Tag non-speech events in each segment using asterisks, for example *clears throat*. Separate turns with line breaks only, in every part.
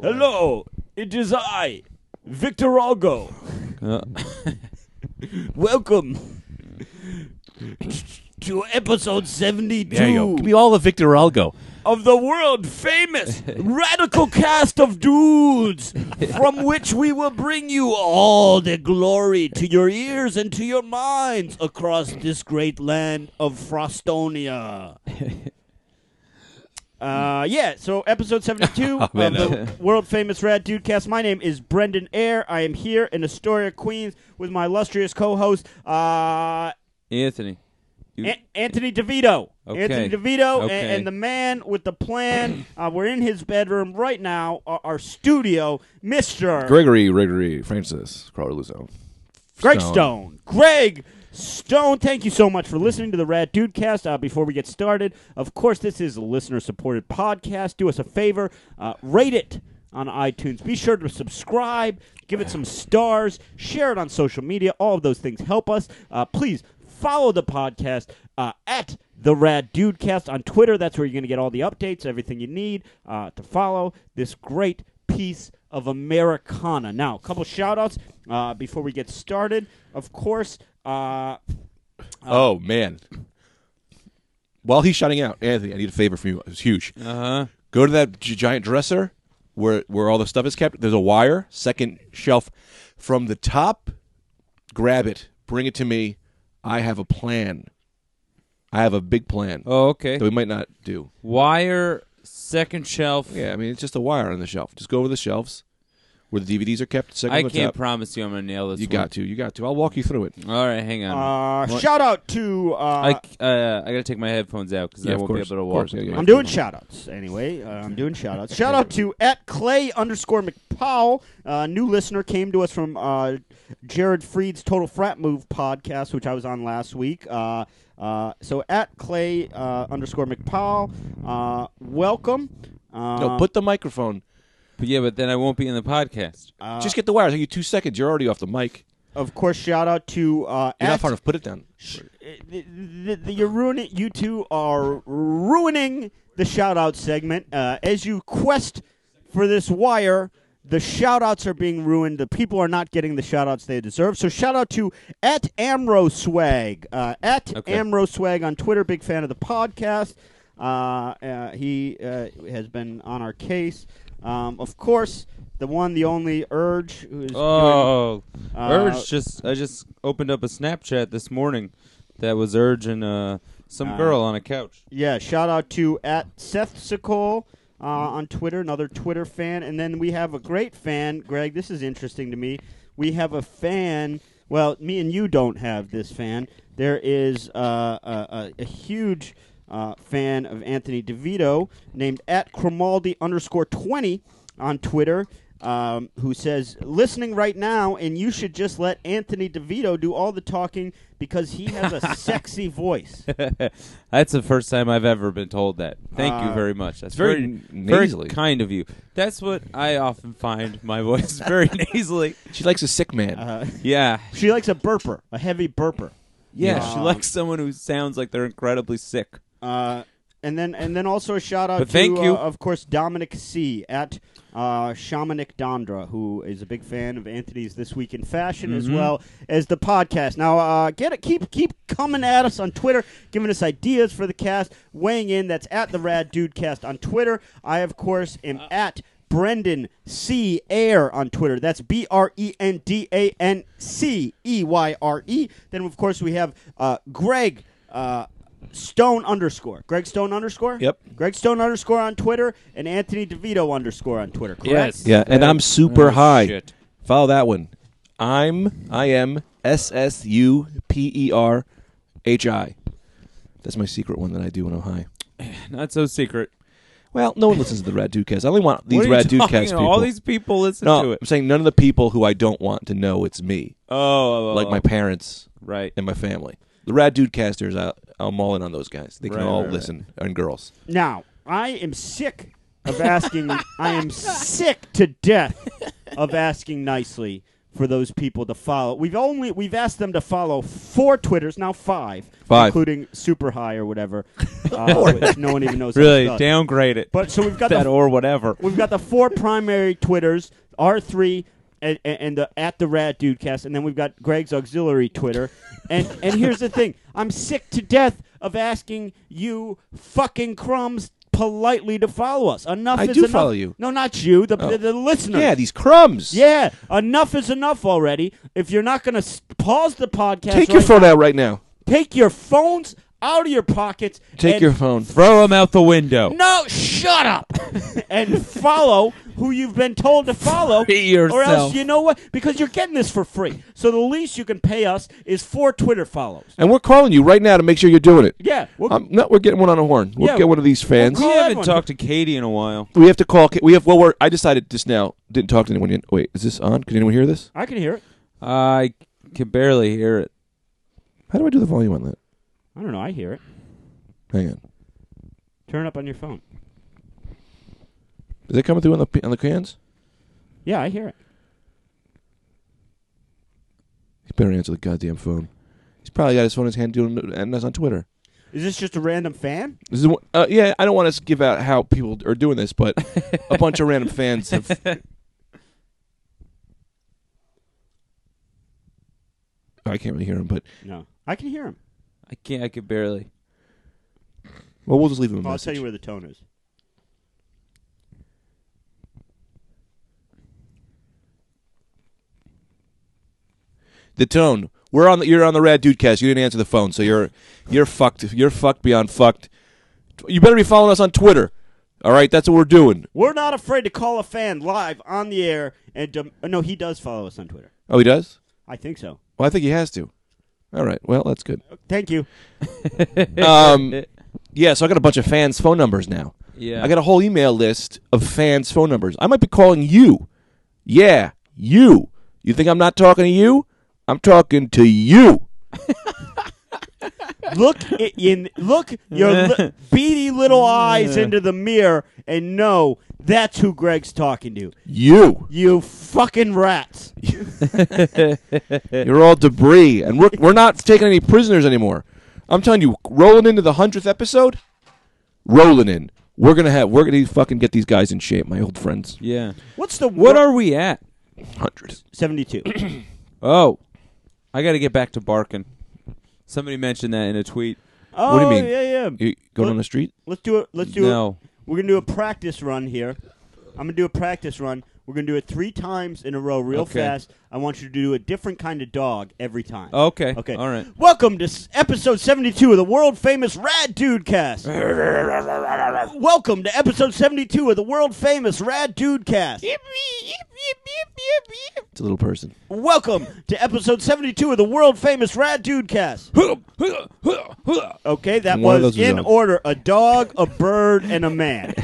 Hello, it is I,
*laughs*
Victor Algo.
Ja.
Welcome to episode 72
There you go. Give me all of Victor Algo.
of the world famous radical cast of dudes, from which we will bring you all the glory to your ears and to your minds across this great land of Frostonia. Uh, yeah, so episode 72 of
man,
the world famous Rad Dude Cast. My name is Brendan Eyre. I am here in Astoria, Queens with my illustrious co host, uh,
Anthony. You-
An- Anthony DeVito.
Okay.
Anthony DeVito and,
Okay.
and the man with the plan. uh, we're in his bedroom right now, uh, our, our studio, Mr.
Gregory, Gregory, Francis, Crawler Luzo.
Greg Stone. Greg Stone, thank you so much for listening to the Rad Dude Cast. Uh, before we get started, of course, this is a listener supported podcast. Do us a favor, uh, rate it on iTunes. Be sure to subscribe, give it some stars, share it on social media. All of those things help us. Uh, please follow the podcast uh, at the Rad Dudecast on Twitter. That's where you're going to get all the updates, everything you need uh, to follow this great piece of Americana. Now, a couple shout outs uh, before we get started. Of course, uh,
Oh man. While he's shouting out, Anthony, I need a favor from you. It's huge.
Uh-huh.
Go to that gi- giant dresser where where all the stuff is kept. There's a wire, second shelf from the top. Grab it. Bring it to me. I have a plan. I have a big plan
Oh, okay.
that we might not do.
Wire second shelf.
Yeah, I mean it's just a wire on the shelf. Just go over the shelves where the DVDs are kept. Second
I
from the
can't
top.
promise you I'm gonna nail this.
You
one.
got to. You got to. I'll walk you through it.
All right, hang on.
uh, shout out to.
I
Uh,
c I uh, I gotta take my headphones out because
Yeah,
I
of
won't
course,
be able to
of
walk.
course, yeah,
to
yeah.
my
I'm doing shout outs anyway. Uh, I'm doing shout outs. Shout out to at Clay underscore McPowell. Uh, new listener came to us from uh, Jared Freed's Total Frat Move podcast, which I was on last week. Uh, uh, so at Clay uh, underscore McPowell, uh, welcome. Uh,
No, put the microphone.
But yeah, but then I won't be in the podcast.
Just get the wire. It'll take you two seconds. You're already off the mic.
of course, shout out to uh,
You're
at
not far enough. Put it down.
Sh- uh, th- th- th- you're ruining. You two are ruining the shout out segment. Uh, as you quest for this wire, the shout outs are being ruined. The people are not getting the shout outs they deserve. So shout out to at Amro Swag uh, at
Okay.
Amro Swag on Twitter. Big fan of the podcast. Uh, uh, he uh, has been on our case. Um, of course, the one, the only Urge. Who's
Oh,
Uh,
Urge! Just I just opened up a Snapchat this morning that was Urge and uh, some
Uh,
girl on a couch. *laughs*
Yeah, shout out to at Seth Sokol uh, on Twitter, another Twitter fan, and then we have a great fan, Greg. This is interesting to me. We have a fan. Well, me and you don't have this fan. There is uh, a, a, a huge uh, fan of Anthony DeVito named at Cromaldi underscore twenty on Twitter. Um, who says listening right now? And you should just let Anthony DeVito do all the talking because he has a sexy voice.
That's the first time I've ever been told that. Thank you
Uh,
very much. That's
very
very,
n-
very
nasally.
kind of you. That's what I often find my voice very *laughs* nasally.
She likes a sick man.
Uh,
Yeah,
She likes a burper, a heavy burper.
yeah.
Yeah.
She likes someone who sounds like they're incredibly sick.
Uh, and then and then also a shout out
But
to
thank
uh,
you.
of course Dominic C at uh, Shamanic Dondra, who is a big fan of Anthony's This Week in Fashion as well as the podcast. Now uh, get it, keep keep coming at us on Twitter, giving us ideas for the cast, weighing in. That's at the Rad Dude Cast on Twitter. I of course am at. Brendan C. Air on Twitter. That's B R E N D A N C E Y R E. Then, of course, we have uh, Greg uh, Stone underscore. Greg Stone underscore?
Yep.
Greg Stone underscore on Twitter and Anthony DeVito underscore on Twitter, correct?
Yes.
yeah, and I'm super
Oh,
high.
shit.
Follow that one. I'm I am S S U P E R H I. That's my secret one that I do when I'm high.
Not so secret.
Well, no one listens to the Rad Dudecast. I only want these
What are
Rad Dudecast
you talking about?
people.
All these people listen to
no,
it.
I'm saying none of the people who I don't want to know it's me,
Oh, oh, oh,
like my
oh.
parents
right.
and my family. The Rad Dudecasters, I, I'm all in on those guys. They can
Right,
all
right, right.
listen and girls.
Now, I am sick
*laughs*
of asking I am sick to death of asking nicely for those people to follow. We've only we've asked them to follow four Twitters now five,
Five.
including super high or
*laughs*
whatever, uh, which no one even knows. how to
Really
spell.
downgrade it.
But so we've got
that
the
or whatever.
We've got the four primary Twitters, R three and, and, and the at the Rat Dudecast, and then we've got Greg's auxiliary Twitter. And and here's the thing: I'm sick to death of asking you fucking crumbs politely to follow us. Enough
I
is
do
enough.
follow you. Oh.
No, not you. The the, the listeners.
Yeah, these crumbs.
Yeah, enough is enough already. If you're not going to pause the podcast,
Take your
right
phone
now,
out right now.
Take your phones out of your pockets.
Take
and
your phone.
Throw them out the window.
no, shut up *laughs* and follow who you've been told to follow.
Free
Or else
yourself.
you know what? Because you're getting this for free. So the least you can pay us is four Twitter follows.
And we're calling you right now to make sure you're doing it.
Yeah. we'll-
Um, no, we're getting one on a horn. We'll
Yeah.
get one of these fans.
We
Call
haven't
everyone.
talked to Katie in a while.
We have to call. Ca- We have. Well, we're. I decided just now. Didn't talk to anyone yet. Wait, is this on? Can anyone hear this?
I can hear it.
I can barely hear it.
How do I do the volume on that?
I don't know. I hear it.
Hang on.
Turn it up on your phone.
Is it coming through on the p- on the cans?
Yeah, I hear it.
He better answer the goddamn phone. He's probably got his phone in his hand doing and that's on Twitter.
Is this just a random fan?
This is one, uh, yeah. I don't want to give out how people are doing this, but a bunch of random fans. Have, Oh, I can't really hear him, but
No. I can hear him.
I can't. I can barely.
well, we'll just leave him. A
I'll
message.
tell you where the tone is.
the tone. We're on. The, you're on the Rad Dude Cast. You didn't answer the phone, so you're you're fucked. You're fucked beyond fucked. You better be following us on Twitter. All right, that's what we're doing.
We're not afraid to call a fan live on the air and dem- no, he does follow us on Twitter.
Oh, he does.
I think so.
Well, I think he has to. All right. Well, that's good.
Thank you.
Um, yeah. So I got a bunch of fans' phone numbers now.
Yeah.
I got a whole email list of fans' phone numbers. I might be calling you. Yeah, you. You think I'm not talking to you? I'm talking to you.
Look i- in look your
*laughs*
li- beady little eyes into the mirror and know that's who Greg's talking to.
You.
You fucking rats.
You're all debris, and we're we're not taking any prisoners anymore. I'm telling you, rolling into the hundredth episode, rolling in. We're gonna have we're gonna fucking get these guys in shape, my old friends.
yeah.
What's the
What are we at?
Hundred.
72?
Oh, I got to get back to barking. Somebody mentioned that in a tweet.
oh,
do you mean?
Yeah, yeah.
You going on the street?
Let's do it. Let's do it.
No.
We're going to do a practice run here. I'm going to do a practice run. We're going to do it 3 times in a row real
Okay.
fast. I want you to do a different kind of dog every time.
Okay.
Okay.
All right.
Welcome to s- episode 72 of the world famous Rad Dude Cast. Welcome to episode 72 of the world famous Rad Dude Cast.
It's a little
*laughs*
person.
Welcome to episode 72 of the world famous Rad Dude Cast.
Oh,
Okay, that
One of
was
those was
in
on.
order a dog, a bird, and a man.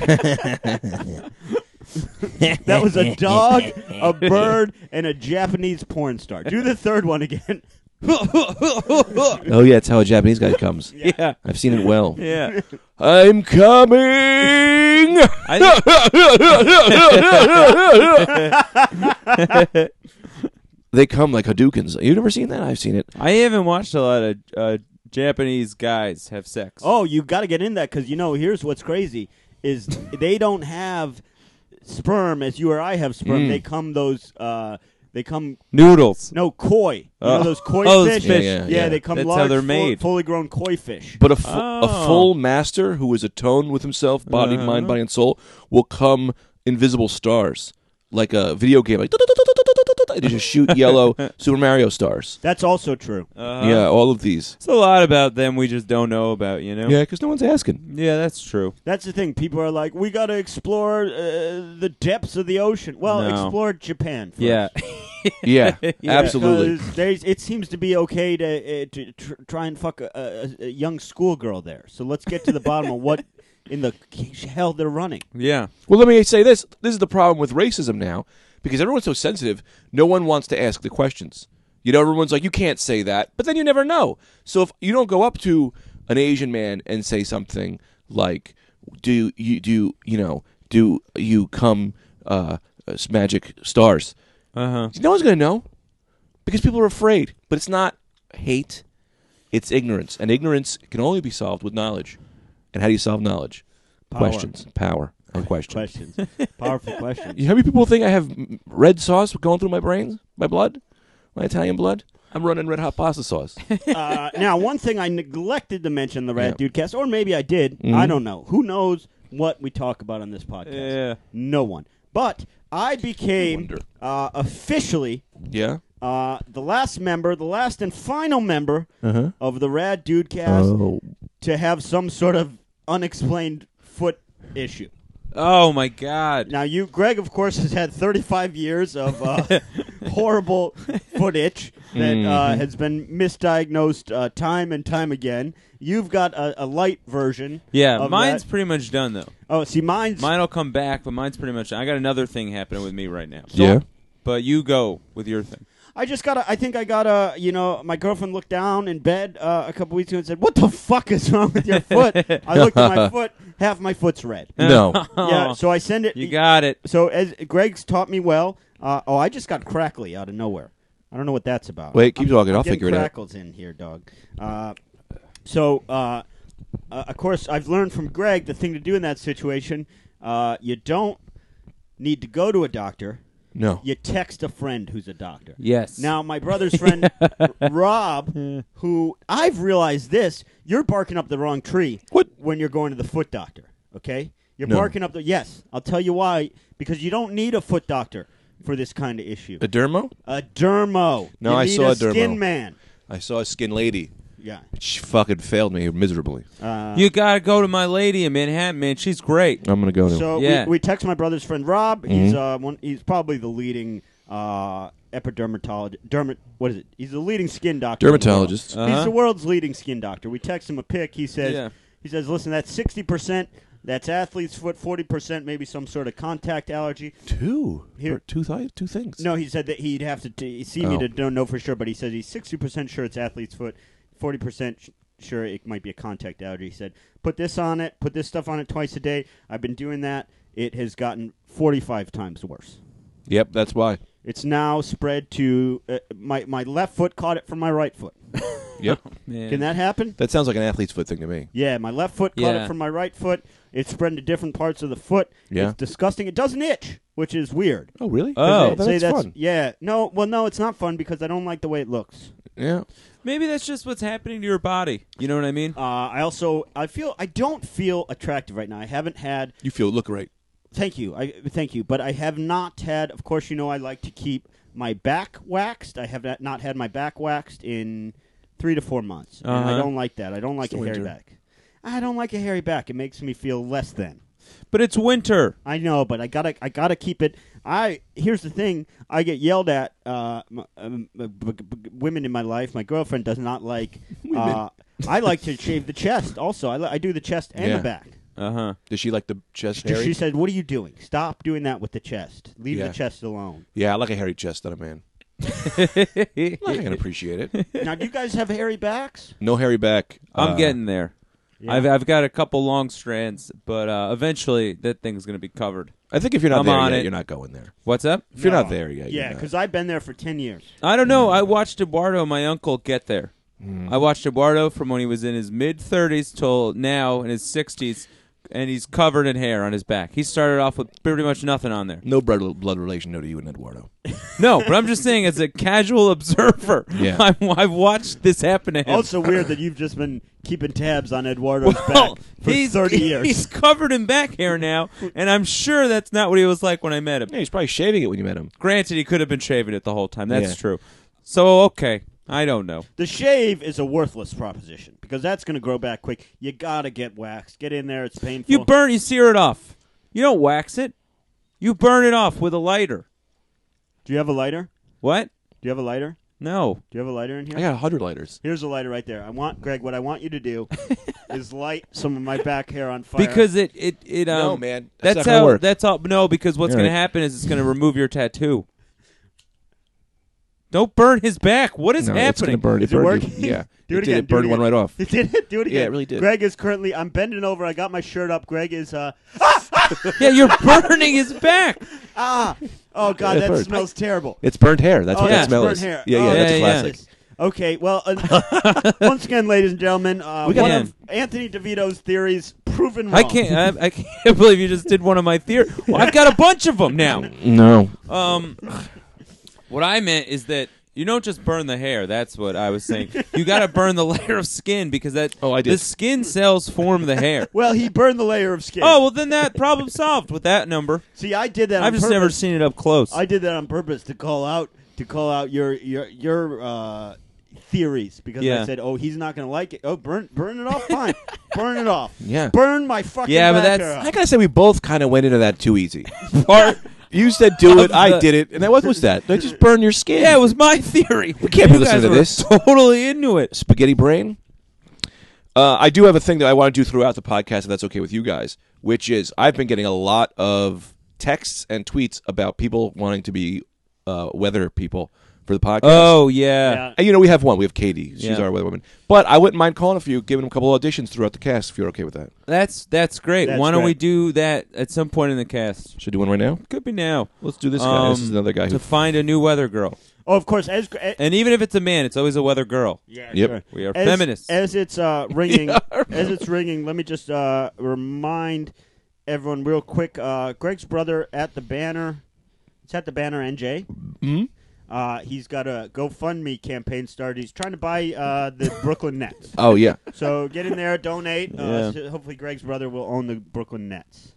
that was a dog, a bird, and a Japanese porn star. Do the third one again.
Oh yeah, it's how a Japanese guy comes.
Yeah.
I've seen it well.
Yeah.
I'm *laughs* coming.
I think,
They come like Hadoukens. You've never seen that? I've seen it.
I haven't watched a lot of uh, Japanese guys have sex.
Oh, you got to get in that because you know. Here's what's crazy: is they don't have sperm as you or I have sperm.
Mm.
They come those. Uh, they come
Noodles.
no koi. You know
Oh.
those koi
Oh, those
fish.
fish.
Yeah, yeah, yeah.
they come
That's how
large,
they're
full-
made.
fully grown koi fish.
But a, fu- a
Oh.
full master who is atoned with himself, body, mind, body, and soul, will come invisible stars, like a video game. Like *laughs* and you just shoot yellow Super Mario stars.
That's also true.
yeah, all of these.
Uh-huh. It's a lot about them we just don't know about, you know?
Yeah, because no one's asking.
Yeah, that's true.
That's the thing. People are like, we got to explore uh, the depths of the ocean. Well,
No.
explore Japan. First.
Yeah. *laughs*
*laughs* Yeah, absolutely.
Because Uh, there's- it seems to be okay to, uh, to tr- try and fuck a, a, a young schoolgirl there. So let's get to the bottom of
*laughs*
what in the hell they're running.
yeah.
Well, let me say this. This is the problem with racism now, because everyone's so sensitive. No one wants to ask the questions. You know, everyone's like, you can't say that, but then you never know. So if you don't go up to an Asian man and say something like, "Do you do you know do you come uh, s- magic stars?"
Uh huh.
No one's gonna know. because people are afraid. But it's not hate; it's ignorance, and ignorance can only be solved with knowledge. And how do you solve knowledge?
Power.
Questions, power, and questions.
Questions.
*laughs*
Powerful questions.
You- How many people think I have mm, red sauce going through my brains, my blood, my Italian blood? I'm running red hot pasta
*laughs*
sauce.
uh, now, one thing I neglected to mention in the Rat
Yeah. Mm-hmm.
Dude cast, or maybe I did. I don't know. Who knows what we talk about on this podcast?
Yeah.
No one. But I became
wonder.
uh, officially
yeah.
uh, the last member, the last and final member
Uh-huh.
of the Rad Dude cast
Oh.
to have some sort of unexplained foot issue.
Oh my God.
Now, you, Greg, of course, has had 35 years of
*laughs*
uh, horrible footage that
Mm-hmm.
uh, has been misdiagnosed uh, time and time again. You've got a, a light version.
Yeah,
of
mine's
that.
pretty much done though.
oh, see, mine's
Mine'll come back, but mine's pretty much. I got another thing happening with me right now.
Yeah.
But you go with your thing.
I just got. a- I think I got a. You know, my girlfriend looked down in bed uh, a couple weeks ago and said, "What the fuck is wrong with your foot?"
*laughs*
I looked at my foot. Half my foot's red.
No.
yeah. So I send it.
Oh. you got it.
so as Greg's taught me well. Uh, oh, I just got crackly out of nowhere. I don't know what that's about.
Wait, keep
I'm-
talking. I'll
I'm getting
figure it out.
Crackles in here, dog. Uh, so, uh, uh, of course, I've learned from Greg the thing to do in that situation. Uh, you don't need to go to a doctor.
No.
You text a friend who's a doctor.
Yes.
Now, my brother's friend Rob, who I've realized this, you're barking up the wrong tree
What?
when you're going to the foot doctor. Okay, you're
No.
barking up the. Yes, I'll tell you why. Because you don't need a foot doctor for this kind of issue.
A dermo?
A dermo.
No,
You
I
need
saw
a
a dermo.
skin man.
I saw a skin lady.
Yeah.
She fucking failed me miserably.
Uh,
you gotta go to my lady in Manhattan, man. She's great.
I'm gonna go Mm-hmm. now.
so
Yeah.
we, we text my brother's friend Rob. He's uh one. He's probably the leading uh epidermatologist. Dermat. What is it? He's the leading skin doctor. in the world.
Dermatologist.
He's
Uh-huh.
the world's leading skin doctor. We text him a pic. He says,
Yeah.
he says, listen, that's sixty percent. That's athlete's foot, forty percent, maybe some sort of contact allergy.
two.
Here-
Or Two. Th- two things.
No, he said that he'd have to t- see me
Oh.
to don't know for sure, but he says he's sixty percent sure it's athlete's foot, forty percent sure it might be a contact allergy. He said, put this on it, put this stuff on it twice a day. I've been doing that. It has gotten forty-five times worse.
Yep. That's why.
It's now spread to uh, my my left foot caught it from my right foot. *laughs*
Yep.
Man.
Can that happen?
that sounds like an athlete's foot thing to me.
Yeah, my left foot caught it
Yeah.
from my right foot. It's spreading to different parts of the foot.
Yeah.
It's disgusting. It doesn't itch, which is weird.
Oh really?
Oh.
I'd
that's,
say that's-
fun.
Yeah. No, well, no, it's not fun because I don't like the way it looks.
Yeah.
Maybe that's just what's happening to your body. You know what I mean?
Uh, I also, I feel, I don't feel attractive right now. I haven't had,
You feel look right.
thank you, I thank you, but I have not had. Of course, you know, I like to keep my back waxed. I have not- not had my back waxed in three to four months, and I
Uh-huh.
don't like that. I don't like
It's the
a hairy
winter.
back. I don't like a hairy back. It makes me feel less than.
But it's winter.
I know, but I gotta, I gotta keep it. I here's the thing: I get yelled at. Uh, m- um, b- b- b- women in my life, my girlfriend does not like. Uh, I like to shave the chest. Also, I, li- I do the chest and
Yeah.
the back.
Uh huh.
Does she like the chest
She
hairy?
said, "What are you doing? Stop doing that with the chest. Leave
Yeah.
the chest alone."
*laughs* Yeah, I like a hairy chest on a man. I can appreciate it.
now, do you guys have hairy backs?
No hairy back.
I'm
Uh,
getting there. I've I've got a couple long strands, but uh, eventually that thing's gonna be covered.
I think if you're not
I'm
there
on
yet,
it.
you're not going there.
What's up?
If you're not
No.
there yet,
Yeah, because I've been there for ten years.
I don't know. I watched Eduardo, my uncle, get there.
Hmm.
I watched Eduardo from when he was in his mid 30s till now in his 60s, and he's covered in hair on his back. He started off with pretty much nothing on there.
no blood blood relation no to you and Eduardo.
No, but I'm just saying, as a casual observer,
Yeah.
I'm, I've watched this happen to him.
Also weird that you've just been keeping tabs
*laughs*
on Eduardo's
Well,
back for
he's, *laughs*
thirty years.
He's covered in back hair now, and I'm sure that's not what he was like when I met him.
Yeah, he's probably shaving it when you met him.
Granted, he could have been shaving it the whole time. That's
Yeah.
true. So okay, I don't know.
The shave is a worthless proposition because that's going to grow back quick. You gotta get waxed. Get in there; it's painful.
You burn, you sear it off. You don't wax it. You burn it off with a lighter.
Do you have a lighter?
What?
Do you have a lighter?
No.
Do you have a lighter in here?
I got a hundred lighters.
Here's a lighter right there. I want Greg. What I want you to
*laughs*
do is light some of my back hair on fire.
Because it it it um,
No, man. That's
that's
not gonna
how
work.
that's all no because what's
You're
going
right.
to happen is it's going to remove your tattoo. Don't burn his back. What is
No,
happening?
it's gonna burn.
Is it
burned-
working? *laughs*
Yeah,
do it,
did.
again.
It burned
do it
one
again.
right off.
It did. Do it
Yeah,
again.
it really did.
Greg is currently. I'm bending over. I got my shirt up. Greg is. uh
yeah, you're burning his back.
*laughs*
Ah, oh god,
It
that
burns.
smells terrible.
It's burnt hair. That's
Oh,
what
yeah,
that
it's
smell
burnt
is.
hair.
Yeah,
Oh,
yeah, that's a
yeah,
classic.
Jesus. Okay, well,
*laughs*
uh, once again, ladies and gentlemen, uh,
We got
one
him.
of Anthony DeVito's theories proven wrong.
Oh.
I can't. I, I can't *laughs* believe you just did one of my theory. Well, I've got a bunch of them now.
No.
Um, what I meant is that you don't just burn the hair. That's what I was saying. You
*laughs*
got to burn the layer of skin because that.
Oh, I did.
The skin cells form
*laughs*
the hair.
Well, he burned the layer of skin.
Oh well, then that problem solved with that number.
see, I did that.
I've
on
just
purpose.
never seen it up close.
I did that on purpose to call out to call out your your your uh, theories because I
Yeah.
said, "Oh, he's not going to like it. Oh, burn burn it off,
*laughs*
fine, burn it off.
Yeah.
burn my fucking
Yeah, but
back
that's-
hair off.
I gotta say, we both kind of went into that too easy.
Part-
You said do it, I
the-
did it, and that was what's that? They just burn your skin.
yeah, it was my theory.
We can't be
You
listening
guys
to
were
this.
Totally
*laughs*
into it.
spaghetti brain. Uh, I do have a thing that I want to do throughout the podcast, if that's okay with you guys, which is I've been getting a lot of texts and tweets about people wanting to be uh, weather people for the podcast.
Oh yeah.
Yeah.
And, you know, we have one. We have Katie. She's
Yeah.
our weather woman. But I wouldn't mind calling a few, giving them a couple of auditions throughout the cast if you're okay with that.
That's that's great.
That's
Why don't we
great.
do that at some point in the cast?
Should I do one right now?
Could be now.
Let's do this guy. This
Um,
is another guy
to
who.
find a new weather girl.
Oh, of course, as, as
And even if it's a man, it's always a weather girl.
Yeah,
Yep.
sure.
We are
as,
feminists.
As it's
*laughs*
uh, ringing, as it's ringing, let me just uh, remind everyone real quick. Uh, Greg's brother at the banner. It's at the banner NJ.
Hmm?
Mhm.
Uh, he's got a GoFundMe campaign started. He's trying to buy uh, the Brooklyn
*laughs*
Nets.
Oh, yeah.
So get in there, donate. Uh,
Yeah.
so hopefully, Greg's brother will own the Brooklyn Nets.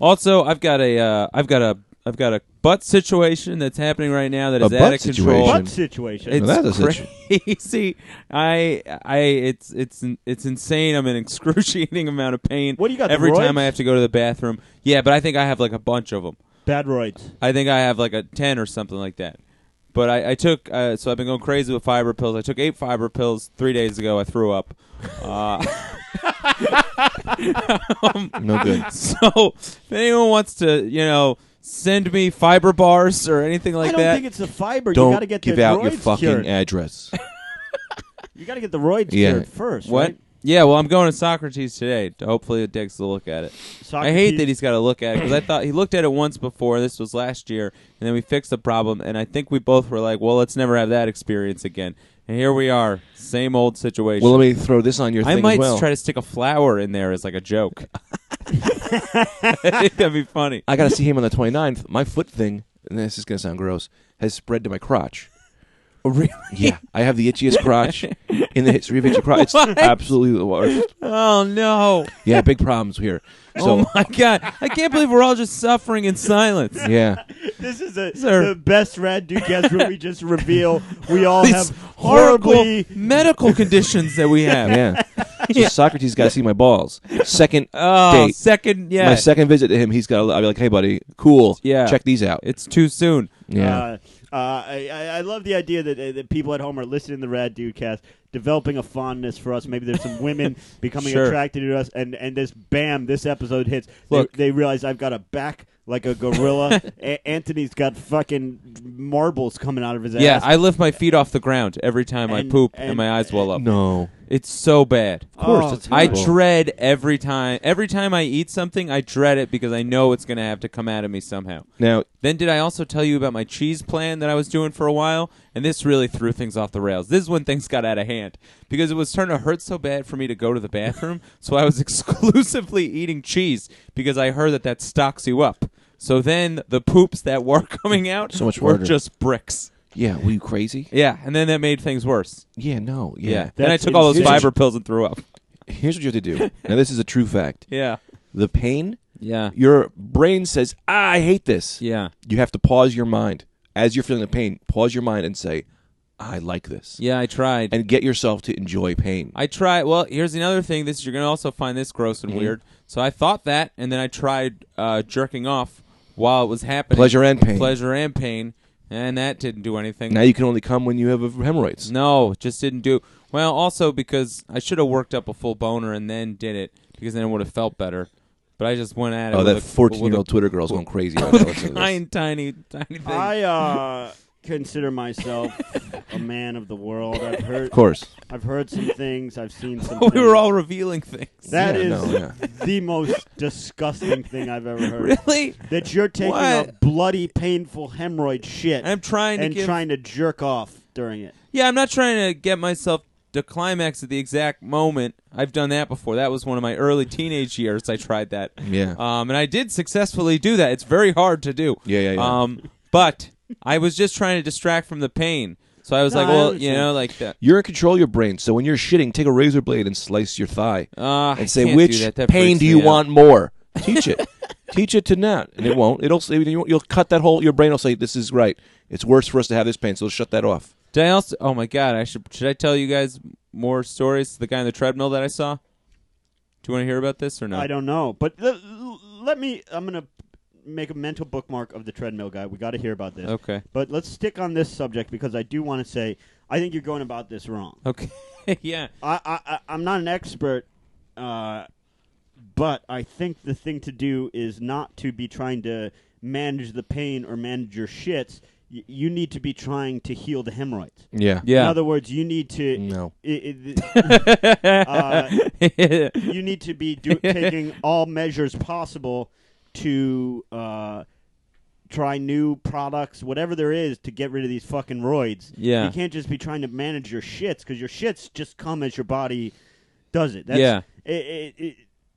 also, I've got a uh, I've got a I've got a butt situation that's happening right now that
A
is
butt
out of control.
situation?
Butt situation.
It's
that is a situ-
crazy. *laughs* I I it's it's it's insane. I'm in *laughs* excruciating amount of pain.
What do you got, the
Every time
roids?
I have to go to the bathroom. Yeah, but I think I have like a bunch of them.
Bad roids.
I think I have like a ten or something like that. But I, I took uh, so I've been going crazy with fiber pills. I took eight fiber pills three days ago. I threw up. *laughs* Uh, *laughs*
No good.
so if anyone wants to, you know, send me fiber bars or anything like
I don't
that,
think it's the fiber. you got to
Don't
get
give
the
out
roids
your fucking
cured.
address.
You got to get the roids
Yeah.
cured first.
what?
Right?
Yeah, well, I'm going to Socrates today. Hopefully, it takes a look at it. I hate that he's got to look at it because I thought he looked at it once before. This was last year, and then we fixed the problem. And I think we both were like, "Well, let's never have that experience again." And here we are, same old situation.
well, let me throw this on your
I
thing
might
as well.
try to stick a flower in there as like a joke. *laughs* I think that'd be funny.
I got to see him on the 29th. My foot thing, and this is going to sound gross, has spread to my crotch.
Oh, Really?
Yeah. I have the itchiest crotch in the history of itchy crotch. It's
What?
absolutely the worst.
Oh no!
Yeah, big problems here. So,
oh my *laughs* god! I can't believe we're all just suffering in *laughs* silence.
yeah.
This is a,
Sir.
the best Rad Dude guest where we just reveal we all
These
have
horrible
horribly. uh,
medical conditions that we have.
Yeah. So Socrates got to see my balls. Second
Oh,
date.
second, yeah,
My second visit to him, he's got. I'll be like, "Hey, buddy, cool.
Yeah.
check these out."
it's too soon.
yeah,
Uh, uh, I, I I love the idea that, uh, that people at home are listening to the Rad Dude cast, developing a fondness for us. Maybe there's some
*laughs*
women becoming
Sure.
attracted to us, and, and this bam, this episode hits. They-
Look.
they, realize I've got a back like a
*laughs*
gorilla. a- Anthony's got fucking marbles coming out of his
Yeah,
ass.
I lift my feet off the ground every time
And-
I poop
and-
and my eyes well up.
no,
It's so bad.
of course.
Oh,
that's
I
terrible.
dread every time. Every time I eat something, I dread it because I know it's going to have to come out of me somehow.
now.
Then did I also tell you about my cheese plan that I was doing for a while? And this really threw things off the rails. This is when things got out of hand because it was starting to hurt so bad for me to go to the bathroom. *laughs* so I was exclusively eating cheese because I heard that that stocks you up. So then the poops that were *laughs* coming out
So much
were
harder.
just bricks.
Yeah, were you crazy?
Yeah, and then that made things worse.
Yeah, no.
Yeah.
Yeah.
Then I
That's
took all those
insane.
fiber pills and threw up. *laughs*
Here's what you have to do. Now, this is a true fact.
Yeah.
The pain.
Yeah.
Your brain says, ah, "I hate this."
Yeah.
You have to pause your mind as you're feeling the pain. Pause your mind and say, "I like this,"
Yeah, I tried.
and get yourself to enjoy pain.
I tried. Well, here's another thing. This you're gonna also find this gross
Mm-hmm.
and weird. So I thought that, and then I tried uh, jerking off while it was happening.
Pleasure and pain.
Pleasure and pain, and that didn't do anything.
Now you can only come when you have hemorrhoids.
no, it just didn't do. Well, also because I should have worked up a full boner and then did it because then it would have felt better. But I just went at it.
Oh,
with
that
a-
14 year old
with
*laughs* Twitter girl's going crazy. Right now.
a kind, tiny, tiny thing.
I uh consider myself a man of the world.
*laughs*
I've heard
Of course.
I've heard some things. I've seen some.
*laughs* we were
things.
all revealing things.
That
Yeah,
is
no, yeah.
*laughs* the most disgusting thing I've ever heard.
*laughs* really?
That you're taking a
What?
bloody, painful hemorrhoid shit
And I'm trying to
and
give.
trying to jerk off during it.
yeah, I'm not trying to get myself to climax at the exact moment. I've done that before. That was one of my early teenage years. I tried that.
Yeah.
Um, and I did successfully do that. It's very hard to do.
Yeah, yeah, yeah.
Um, but I was just trying to distract from the pain. So I was
No,
like,
I
well, you
understand.
know, like that.
You're in control of your brain, so when you're shitting, take a razor blade and slice your thigh
Uh, I
and say,
can't
which
do that. That
pain
freaks
do
me
you
out."
want more? Teach it. *laughs* Teach it to not, and it won't. It'll you'll cut that whole. Your brain will say, "This is right. It's worse for us to have this pain." So it'll shut that off.
Did I also? Oh my god! I should. Should I tell you guys more stories? The guy on the treadmill that I saw. Do you want to hear about this or no?
I don't know, but l- l- let me. I'm gonna make a mental bookmark of the treadmill guy. We got to hear about this.
Okay. *laughs*
But let's stick on this subject because I do want to say I think you're going about this wrong.
Okay. yeah.
I, I I- I'm not an expert, uh, but I think the thing to do is not to be trying to manage the pain or manage your shits. Y- you need to be trying to heal the hemorrhoids.
Yeah.
In
Yeah. *laughs*
other words, you need to.
No.
i- i- *laughs* uh, you need to be
*laughs*
do- taking all measures possible to uh, try new products, whatever there is, to get rid of these fucking roids.
Yeah.
you can't just be trying to manage your shits because your shits just come as your body does it. That's,
Yeah.
it, it, it,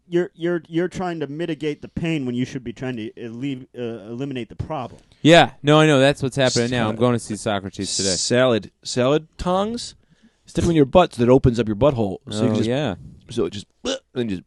you're you're you're trying to mitigate the pain when you should be trying to eleve, uh, eliminate the problem.
yeah. No, I know. That's what's happening now. I'm going to see Socrates today.
Salad, salad tongs. Stick them in your butt so that it opens up your butthole. So you
oh
can just,
*laughs*
yeah.
So it just and then just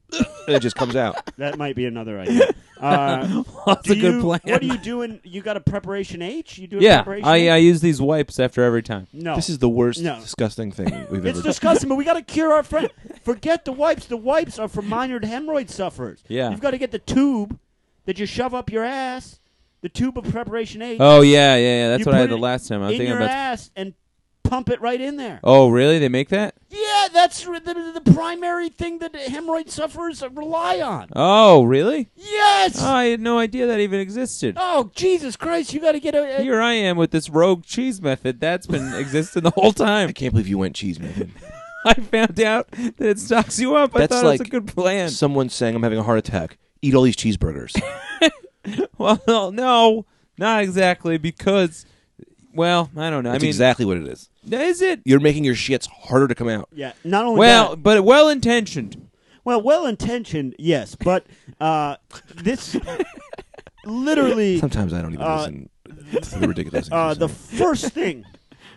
and it just comes *laughs* out.
That might be another
*laughs*
idea. Uh,
That's
do
a good
you-
plan.
What are you doing? You got a preparation H? You doing
yeah.
preparation?
I I
H?
use these wipes after every time.
no.
This is the worst,
No.
disgusting thing we've
It's
ever. done.
disgusting, but we got to cure our friend. Forget the wipes. The wipes are for minor hemorrhoid sufferers.
Yeah.
You've got to get the tube that you shove up your ass, the tube of preparation H,
Oh yeah, yeah, yeah. That's
You
what I
put
had the
it
last time. I'm
in
thinking
your
about.
ass and pump it right in there.
oh really? They make that?
Yeah, that's r- the, the primary thing that hemorrhoid sufferers rely on.
Oh
*laughs*
really?
Yes!
Oh, I had no idea that even existed.
oh, Jesus Christ, you got to get a. a-
Here I am with this rogue cheese method
*laughs*
that's been existing the whole time. *laughs*
I can't believe you went cheese *laughs* method.
I found out that it stocks you up.
That's
I thought it
like
was a good plan.
Someone saying I'm having a heart attack. Eat all these *laughs* cheeseburgers.
*laughs* well, no, not exactly because, well, I don't know.
That's
I mean,
exactly what it is.
is it?
You're making your shits harder to come out.
yeah, not only
Well,
Oh, that-
but well intentioned.
well, well intentioned, yes, but uh,
*laughs*
this literally
Sometimes I don't even
Uh,
listen to the ridiculous.
*laughs* Uh,
things you're
the
*laughs*
first thing,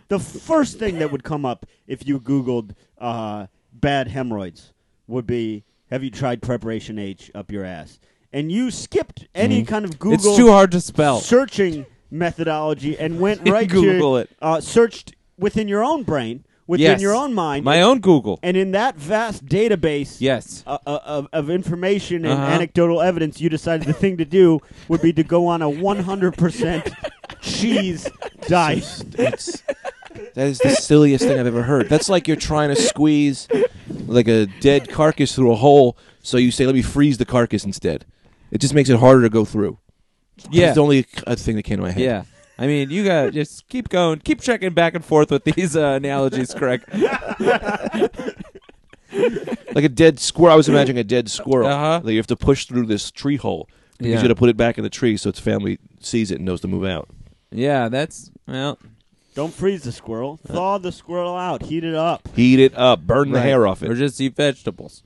the first thing that would come up if you Googled uh, bad hemorrhoids would be, "Have you tried Preparation H up your ass?" And you skipped any kind of Google
Mm-hmm. It's too hard to spell.
searching methodology and
*laughs*
went right
Google
to
it.
Uh, searched within your own brain, within
Yes.
your own mind,
My own Google.
and in that vast database
Yes.
uh, uh, of, of information and
Uh-huh.
anecdotal evidence, you decided the thing to do would be to go on a
*laughs*
100% cheese diet.
saying. It's- that is the silliest thing I've ever heard. That's like you're trying to squeeze like a dead carcass through a hole. So you say, "Let me freeze the carcass instead." It just makes it harder to go through.
Yeah.
it's the only uh, thing that came to my head.
Yeah. I mean, you gotta just keep going, keep checking back and forth with these uh, analogies,
*laughs*
Craig.
like a dead squirrel. I was imagining a dead squirrel
Uh-huh.
that you have to push through this tree hole. Because
Yeah.
You got to put it back in the tree so its family sees it and knows to move out.
Yeah, that's well.
Don't freeze the squirrel.
Uh.
Thaw the squirrel out. Heat it up.
Heat it up, burn the
right.
hair off it.
or just eat vegetables.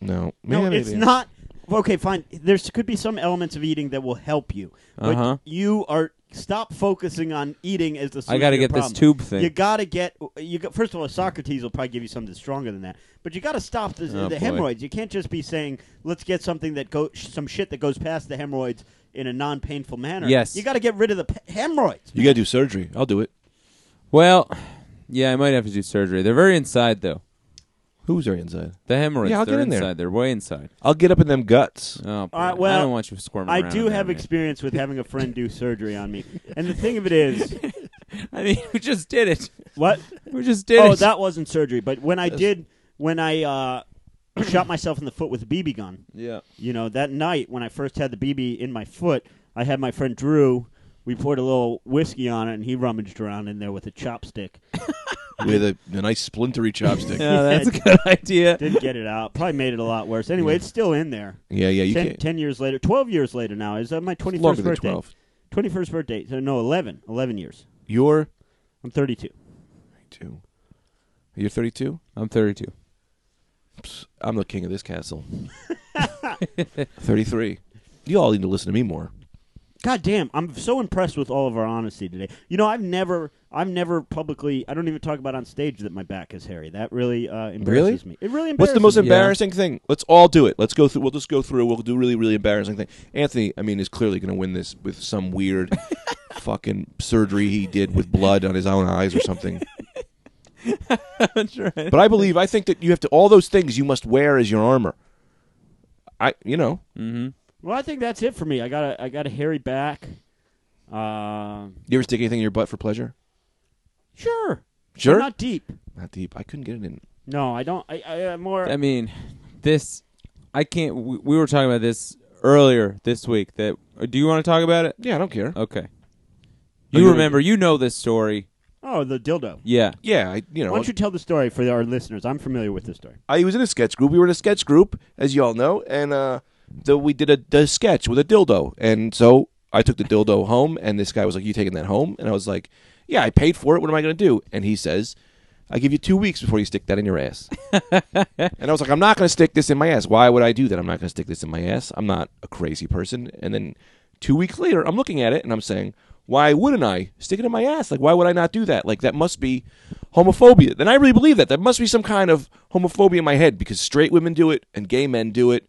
no,
No,
Maybe-
it's not. Okay, fine. There could be some elements of eating that will help you, but
Uh-huh.
you are stop focusing on eating as the.
I
solution to
gotta
your
get this
problem.
tube thing.
You gotta get you. Got, first of all, Socrates will probably give you something stronger than that, but you gotta stop the,
Oh,
the
boy.
hemorrhoids. You can't just be saying let's get something that go sh- some shit that goes past the hemorrhoids in a non-painful manner.
Yes.
you gotta get rid of the p- hemorrhoids.
You got to do surgery. I'll do it.
Well, yeah, I might have to do surgery. They're very inside though.
Who's there inside?
The hemorrhoids.
Yeah, I'll
they're
get in there.
inside. They're way inside.
I'll get up in them guts.
Oh, boy.
right, well,
I don't want you squirming.
I
around
do
down
have
there.
experience with having a friend
*laughs*
do surgery on me, and the thing of it is, *laughs*
I mean, *laughs* we just did it.
what?
We just did
oh,
it.
that wasn't surgery, but when I did, when I uh, shot myself in the foot with a BB gun,
yeah.
you know, that night when I first had the BB in my foot, I had my friend Drew. We poured a little whiskey on it, and he rummaged around in there with a chopstick.
with a, a nice splintery chopstick.
*laughs*
*laughs*
Yeah, that's a good idea.
Didn't get it out. Probably made it a lot worse. Anyway, it's still in there.
yeah, yeah. You
Ten,
can't.
10 years later, 12 years later now. Is that my 21st
Longer than
birthday?
twelve.
21st birthday. So, no, 11. 11 years.
You're
I'm 32.
two. You're 32.
I'm 32.
Psst, I'm the king of this
*laughs*
castle. 33. You all need to listen to me more.
God damn, I'm so impressed with all of our honesty today. You know, I've never I've never publicly I don't even talk about on stage that my back is hairy. That really uh embarrasses me. It really
What's
embarrasses
the most
me.
embarrassing thing? Let's all do it. Let's go through. We'll just go through. We'll do really, really embarrassing thing. Anthony, I mean, is clearly going to win this with some
*laughs*
weird fucking surgery he did with blood on his own eyes or
*laughs*
something.
I'm trying.
But I believe, I think that you have to, all those things you must wear as your armor. I, you know,
Mm-hmm.
Well, I think that's it for me. I got a I got a hairy back. Uh,
you ever stick anything in your butt for pleasure?
sure.
Sure.
Not deep.
Not deep. I couldn't get it in.
No, I don't I I I'm more
I mean, this. I can't. We, we were talking about this earlier this week. That uh, do you want to talk about it?
Yeah, I don't care.
Okay.
you
You
wanna-
remember? You know this story.
Oh, the dildo.
Yeah.
Yeah, I, you know,
Why don't you tell the story for our listeners? I'm familiar with this story.
I Uh, was in a sketch group. We were in a sketch group, as you all know, and uh, the, we did a, the sketch with a dildo. And so I took the dildo home, and this guy was like, "You taking that home?" And I was like, "Yeah, I paid for it. What am I going to do?" And he says, "I give you two weeks before you stick that in your ass." and I was like, "I'm not going to stick this in my ass. Why would I do that? I'm not going to stick this in my ass. I'm not a crazy person." And then two weeks later, I'm looking at it and I'm saying. Why wouldn't I stick it in my ass? Like, why would I not do that? Like, that must be homophobia. Then I really believe that. There must be some kind of homophobia in my head because straight women do it and gay men do it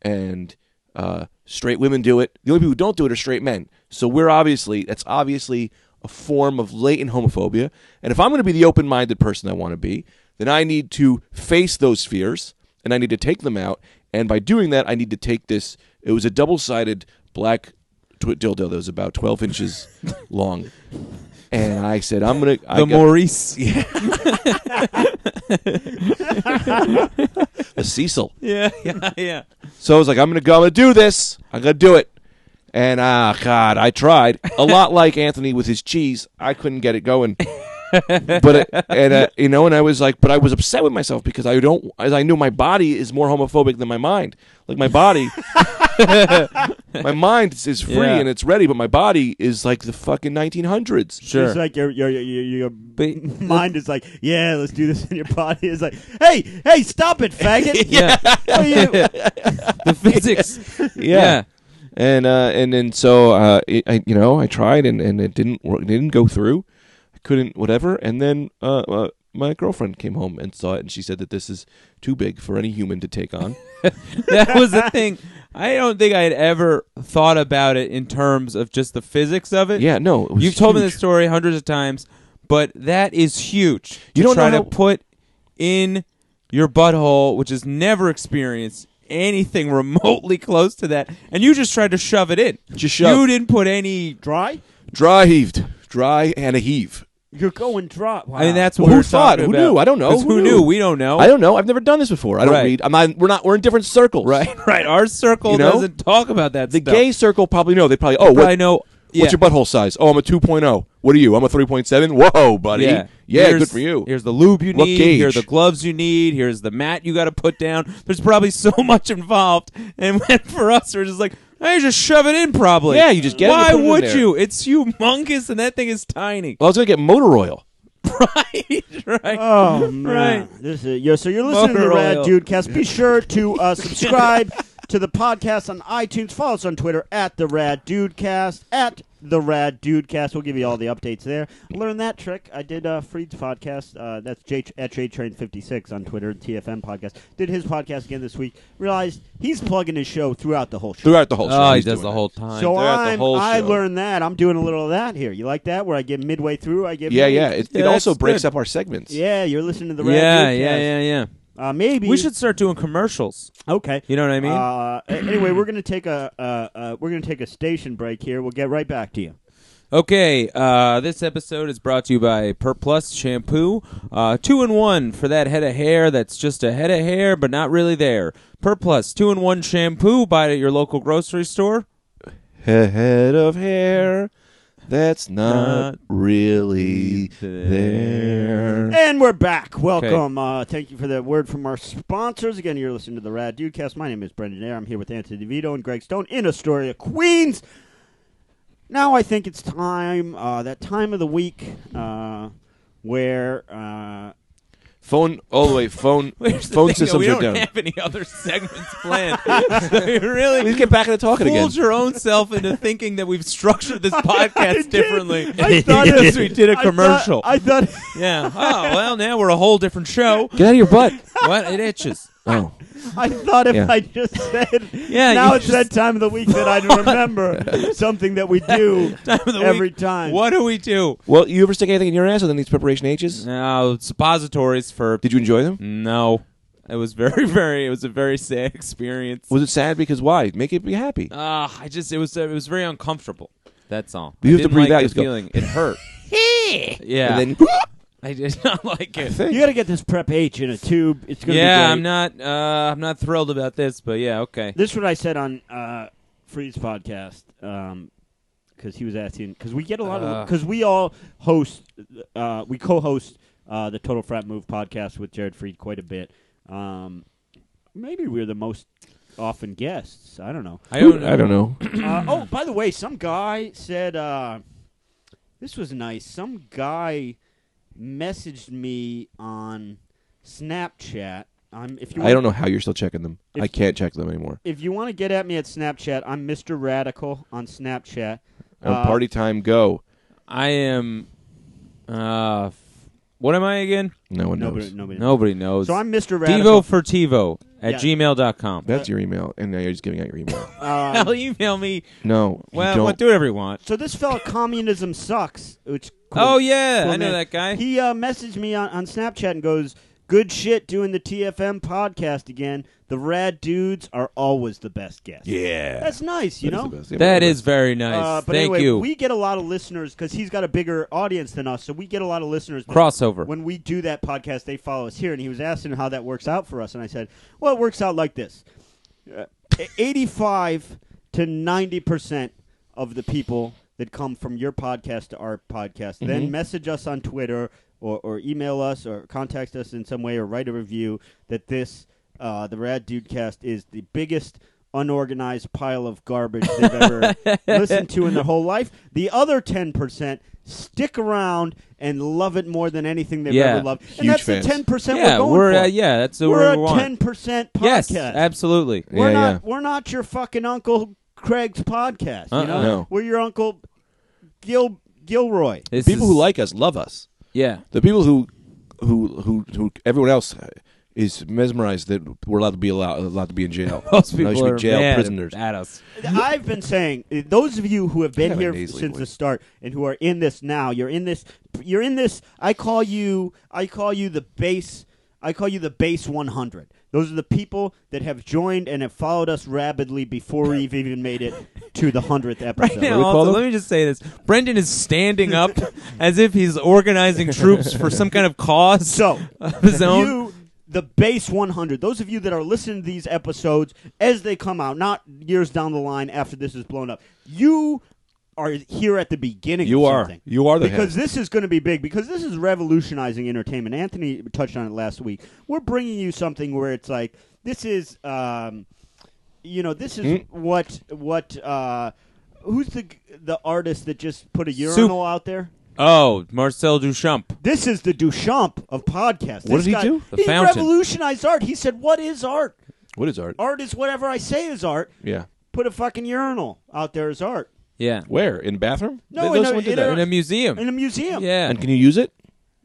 and uh, straight women do it. The only people who don't do it are straight men. So we're obviously, that's obviously a form of latent homophobia. And if I'm going to be the open minded person I want to be, then I need to face those fears and I need to take them out. And by doing that, I need to take this. It was a double sided black tw- dildo that was about 12 inches *laughs* long. And I said, I'm going to.
The Maurice.
*laughs* Yeah. a Cecil.
Yeah. Yeah.
*laughs*
Yeah.
So I was like, I'm gonna go, I'm gonna do this. I'm gonna do it. And ah, God, I tried a lot like
*laughs*
Anthony with his cheese. I couldn't get it going. but uh, and uh, you know, and I was like, but I was upset with myself because I don't, as I knew my body is more homophobic than my mind. Like my
*laughs*
body, my mind is, is free
Yeah.
and it's ready, but my body is like the fucking 1900s.
Sure.
It's like your your your, your, your
But-
mind is like, yeah, let's do this, *laughs* and your body is like, hey, hey, stop it, faggot.
*laughs* yeah.
What are you-
the physics. Yeah.
and uh, and then so uh, it, I you know I tried and, and it didn't work, it didn't go through. I couldn't whatever, and then uh, uh, my girlfriend came home and saw it, and she said that this is too big for any human to take
*laughs*
on.
that was the thing. I don't think I had ever thought about it in terms of just the physics of it.
yeah, no, it was
You've told me
huge.
this story hundreds of times, but that is huge.
You
to
don't
try
know
to
how-
put in your butthole, which has never experienced anything *laughs* remotely close to that, and you just tried to shove it in.
Just shove.
You didn't put any.
dry?
dry heaved, dry and a heave.
You're going dry. Wow.
I mean, that's
Well,
what
who
we're
thought?
talking
Who
about.
knew? I don't know.
'Cause
Who
Who
knew?
knew? We don't know.
I don't know. I've never done this before. I don't
Right.
read. I'm not. We're not. We're in different circles. Right.
*laughs* right. Our circle
You know?
doesn't talk about that.
The *laughs*
stuff.
gay circle probably know. They probably. Oh,
Probably
what,
know.
what's your butthole size? Oh, I'm a 2.0. What are you? I'm a 3.7. Whoa, buddy.
Yeah, Here's-
good for you.
Here's the lube you
What
need.
gauge?
Here are the gloves you need. Here's the mat you got to put down. There's probably so *laughs* much involved, and when- *laughs* for us, we're just like, I just shove it in. Probably.
Yeah, you just get it and
Why
put it in
would
there.
you? It's humongous, and that thing is tiny. *laughs*
Well, I was gonna get motor oil.
right. Right.
Oh man,
*laughs* Right.
this is yo. So you're listening to
Motor
the Rad
oil.
Dude Cast. Be sure to
*laughs*
uh, subscribe to the podcast on iTunes. Follow us on Twitter at the Rad Dude Cast at the Rad Dude Cast. We'll give you all the updates there. Learn that trick. I did uh, Freed's podcast. Uh, that's J- at J Train 56 on Twitter. TFM podcast. Did his podcast again this week. Realized he's plugging his show throughout the whole show.
throughout the whole show.
oh, he
he's
does
doing
the
that.
whole time.
So
Throughout the
I'm,
whole
I
show.
learned that. I'm doing a little of that here. You like that? Where I get midway through, I get
Yeah,
mid-
yeah. It,
Yeah,
it also
that's
breaks
good.
up our segments.
yeah. You're listening to the Rad
yeah,
Dude
yeah,
Cast.
yeah, yeah.
Uh, maybe
We should start doing commercials.
Okay.
You know what I mean?
Uh, a- anyway, we're gonna take a uh, uh, we're gonna take a station break here. We'll get right back to you.
Okay, uh, this episode is brought to you by Per Plus Shampoo. Uh, two in one for that head of hair that's just a head of hair, but not really there. Per Plus, two in one shampoo. Buy it at your local grocery store.
He- Head of hair, that's not,
Not
really
there.
there.
And we're back. Welcome. Uh, thank you for that word from our sponsors. Again, you're listening to the Rad Dudecast. My name is Brendan Ayer. I'm here with Anthony DeVito and Greg Stone in Astoria, Queens. Now I think it's time, uh, that time of the week uh, where uh,
Phone all the way.
*laughs*
Phone
*laughs* Here's the
phone
thing, though,
systems
we
are
don't
down.
have any other *laughs* segments
*laughs*
planned. so you really
Please get back into talking again.
fooled your own self into thinking that we've structured
*laughs*
this
I
podcast
did.
differently *laughs*
I thought it-
because we did
I
a
thought-
commercial.
I thought
yeah. Oh well, now we're a whole different show.
Get out of your butt.
What it itches.
Oh,
I thought if
Yeah.
I just said,
*laughs* Yeah,
now
you
it's that time of the week that
*laughs*
I remember something that we do
Time of the
every
week.
time.
What do we do?
well, you ever stick anything in your ass other than these preparation H's?
No suppositories for
Did you enjoy them?
no. It was very, *laughs* very. It was a very sad experience.
Was it sad because why? Make it be happy.
Ah, I just it was it was very uncomfortable. That's all.
You
I
have to
didn't
breathe
like
out,
the
you just go,
feeling. It
*laughs*
hurt. *laughs* yeah,
And
*laughs*
then *laughs*
I did not like it.
You got to get this prep H in a tube. It's going to be
yeah,
great.
I'm not. Uh, I'm not thrilled about this, but
*clears throat*
yeah, okay.
This is what I said on uh, Freeze podcast because he was asking because we get a lot of
Uh.
because we all host uh, we co-host uh, the Total Frat Move podcast with Jared Freed quite a bit. Um, maybe we're the most often guests. I don't know.
I don't.
I don't know.
uh, oh, by the way, some guy said uh, this was nice. Some guy messaged me on Snapchat. I'm if you
I
wanna-
don't know how you're still checking them.
If-
I can't check them anymore.
if you want to get at me at Snapchat, I'm Mr. Radical on Snapchat.
Oh,
Uh,
party time, go.
I am. Uh, f- what am I again?
No one
Nobody,
knows.
nobody.
Nobody knows.
So I'm Mr. Radical.
Devo for Tivo at
Yeah.
gmail.com.
Uh,
That's your email, and now you're just giving out your email.
Um,
*laughs* Hell, email me.
no,
*laughs*
you
Well,
don't.
well, do whatever you want.
so this fella, communism sucks. Which cool.
Oh yeah,
Cool
I know
man.
that guy.
He uh, messaged me on, on Snapchat and goes, "Good shit, doing the TFM podcast again. The rad dudes are always the best guests.
yeah,
that's nice. You
That is
know,
the best. Yeah,
that
whatever.
is very nice.
Uh, but
Thank
anyway,
you.
we get a lot of listeners because he's got a bigger audience than us, so we get a lot of listeners. that-
Crossover.
When we do that podcast, they follow us here, and he was asking how that works out for us, and I said, "Well, it works out like this: Uh, eighty-five to ninety percent of the people that come from your podcast to our podcast
Mm-hmm.
then message us on Twitter or, or email us or contact us in some way or write a review that this uh, the Rad Dudecast is the biggest." Unorganized pile of garbage they've
*laughs*
ever listened to in their whole life. The other ten percent stick around and love it more than anything they've
Yeah.
ever loved, and
Huge
that's
fans.
the ten percent
yeah,
we're going
we're
for.
uh, yeah, that's the
we're
word we
a
want.
ten percent podcast.
yes, absolutely.
we're
Yeah,
not
yeah.
we're not your fucking Uncle Craig's podcast.
Uh-uh.
You know,
No.
we're your Uncle Gil Gilroy.
This
people
is-
who like us love us.
yeah. *laughs*
The people who, who, who, who, everyone else uh, is mesmerized that we're allowed to be allowed, allowed to be in jail.
*laughs* Most
Allowed to
people
be
are
jail
mad
prisoners.
at us.
I've been saying uh, those of you who have been
have a
here
nasally
since the
voice.
start and who are in this now, you're in this you're in this I call you I call you the base I call you the base 100. Those are the people that have joined and have followed us rapidly before we've even made it to
*laughs*
the 100th episode.
Right now,
we call
also,
them?
let me just say this: Brendan is
*laughs*
standing up as if he's organizing troops for some kind of cause
*laughs*
So,
of his own.
you the base 100 those of you that are listening to these episodes as they come out not years down the line after this is blown up you are here at the beginning
You
of
are.
something.
You are the
because this is going to be big because this is revolutionizing entertainment anthony touched on it last week we're bringing you something where it's like this is um, you know this is
Hmm?
what what uh, who's the the artist that just put a urinal out there
oh, Marcel Duchamp.
this is the Duchamp of podcasts.
What
This
did he
guy-
do?
The
he
fountain.
revolutionized art. He said, "What is art?
What is art?
Art is whatever I say is art."
Yeah.
Put a fucking urinal out there as art
Yeah,
Where in the bathroom?
No,
Th-
in
those
a-
someone did
in
that.
in a museum.
in a museum.
yeah,
and can you use it?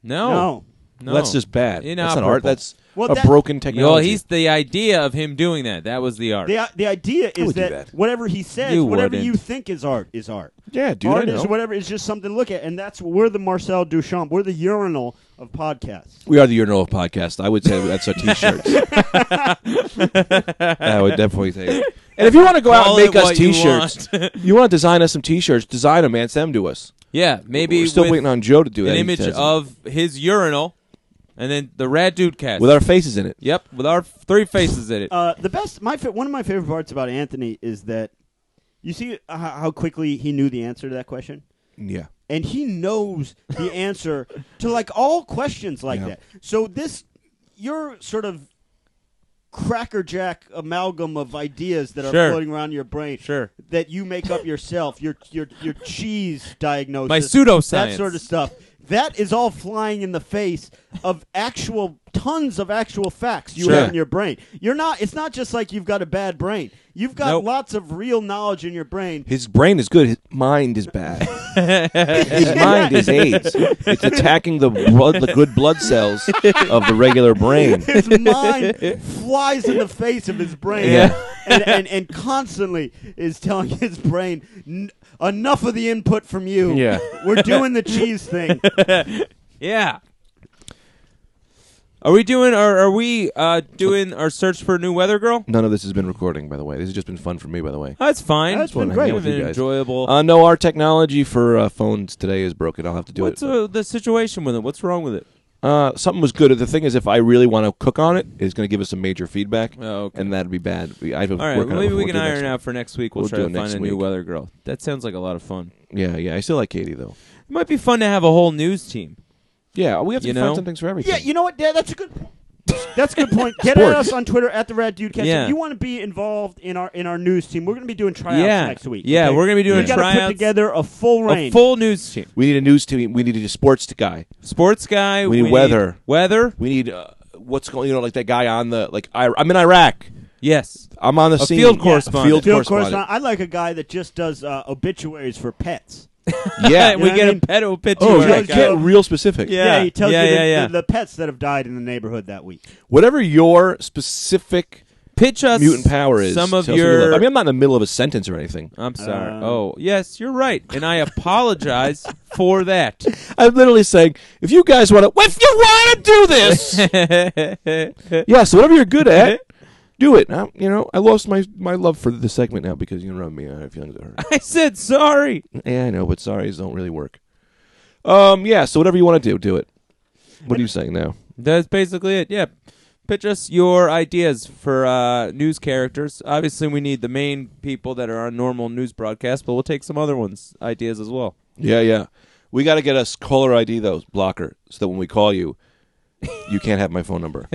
no,
No.
no.
That's just bad. That's not art.
Inoperable.
That's
Well,
a
that-
broken
You know,
technology.
he's the idea of him doing that. That was the art.
The, the idea is
would do
that,
that.
whatever he says,
You
whatever
wouldn't.
you think is art, is art.
yeah, dude,
art
I know.
is whatever is just something to look at, and that's we're the Marcel Duchamp. We're the urinal of podcasts.
we are the urinal podcast. I would say that's our
*laughs*
t-shirts. I would definitely say. it. And if you want to go out and
Call it
make us
what you
t-shirts, you
want.
want. to design us some t-shirts, design them and send them to us.
yeah, maybe
We're still
with
waiting on Joe to do
an
that. He
image
says-
of his urinal, and then the rad dude cast
with our faces in it.
Yep, with our three faces in it.
Uh, the best, my fa- one of my favorite parts about Anthony is that you see how, how quickly he knew the answer to that question.
Yeah.
and he knows
*laughs*
the answer to like all questions like
Yeah.
that. So this your sort of crackerjack amalgam of ideas that are
Sure.
floating around your brain
Sure.
that you make up yourself, your your your cheese diagnosis,
My pseudoscience.
that sort of stuff. That is all flying in the face of actual tons of actual facts you
Sure.
have in your brain. You're not it's not just like you've got a bad brain. You've got
Nope.
lots of real knowledge in your brain
His brain is good. His mind is
*laughs*
bad. His mind is AIDS. It's attacking the blood, the good blood cells of the regular brain.
his mind flies in the face of his brain
Yeah.
and, and, and constantly is telling his brain "N- enough of the input from you
Yeah.
we're doing the cheese
*laughs*
thing
Yeah. Are we doing? Are are we uh, doing our search for a new weather girl?
None of this has been recording, by the way. This has just been fun for me, by the way.
That's fine.
That's been
Wanna hang
great.
out
We've
with you
been
guys.
enjoyable.
Uh, no, our technology for uh, phones today is broken. I'll have to do
What's
it.
uh, the situation with it? What's wrong with it?
Uh, something was good. The thing is, if I really want to cook on it, it's going to give us some major feedback,
Oh, okay.
and that'd be bad. We, I have to
All right.
work
well,
on it
maybe
before
we
do
can
next
iron
time.
out for next week. We'll,
We'll
try
do
to
it
find
next
a new
week.
weather girl. That sounds like a lot of fun.
Yeah, yeah. I still like Katie though.
It might be fun to have a whole news team.
Yeah, we have to
You
find
know?
some things for everything.
yeah you know what Dad, that's a good point
*laughs*
that's a good point. Get at
Sports.
us on Twitter at the Rad Dude Cast.
Yeah.
If you want to be involved in our in our news team, we're going to be doing tryouts
yeah.
next week.
Yeah,
okay?
we're gonna be doing
we gotta
tryouts.
put together a full
a
range.
full news team.
we need a news team. We need a sports guy.
Sports guy.
We need weather.
Weather.
We need uh, what's going. You know, like that guy on the like. I, I'm in Iraq.
Yes.
I'm on the scene.
field
A
correspondent.
Field,
Field correspondent.
correspondent.
I like a guy that just does uh, obituaries for pets.
yeah.
*laughs* And we
know what
get
I
a
mean?
pet a picture.
oh,
of
yeah.
that guy.
Get real specific.
Yeah.
he tells
Yeah,
you the,
yeah, yeah.
The, the pets that have died in the neighborhood that week.
Whatever your specific
Pitch us
mutant power is.
Some of
tell us what you love.
your.
I mean, I'm not in the middle of a sentence or anything.
I'm sorry.
Um,
oh, yes, you're right, and
*laughs*
I apologize for that.
*laughs*
*laughs*
I'm literally saying, if you guys want to, if you want to do *laughs* this, yeah. So whatever you're good *laughs* at, do it. i you know, I lost my my love for the segment now because you know me. I have feelings that *laughs* hurt.
I said sorry.
yeah, I know, but sorries don't really work. Um, yeah. So whatever you want to do, do it. What are you saying now?
That's basically it. Yeah. Pitch us your ideas for uh, news characters. Obviously, we need the main people that are on normal news broadcasts, but we'll take some other ones' ideas as well.
Yeah, yeah. We got to get us caller ID though, blocker, so that when we call you, you can't have my phone number.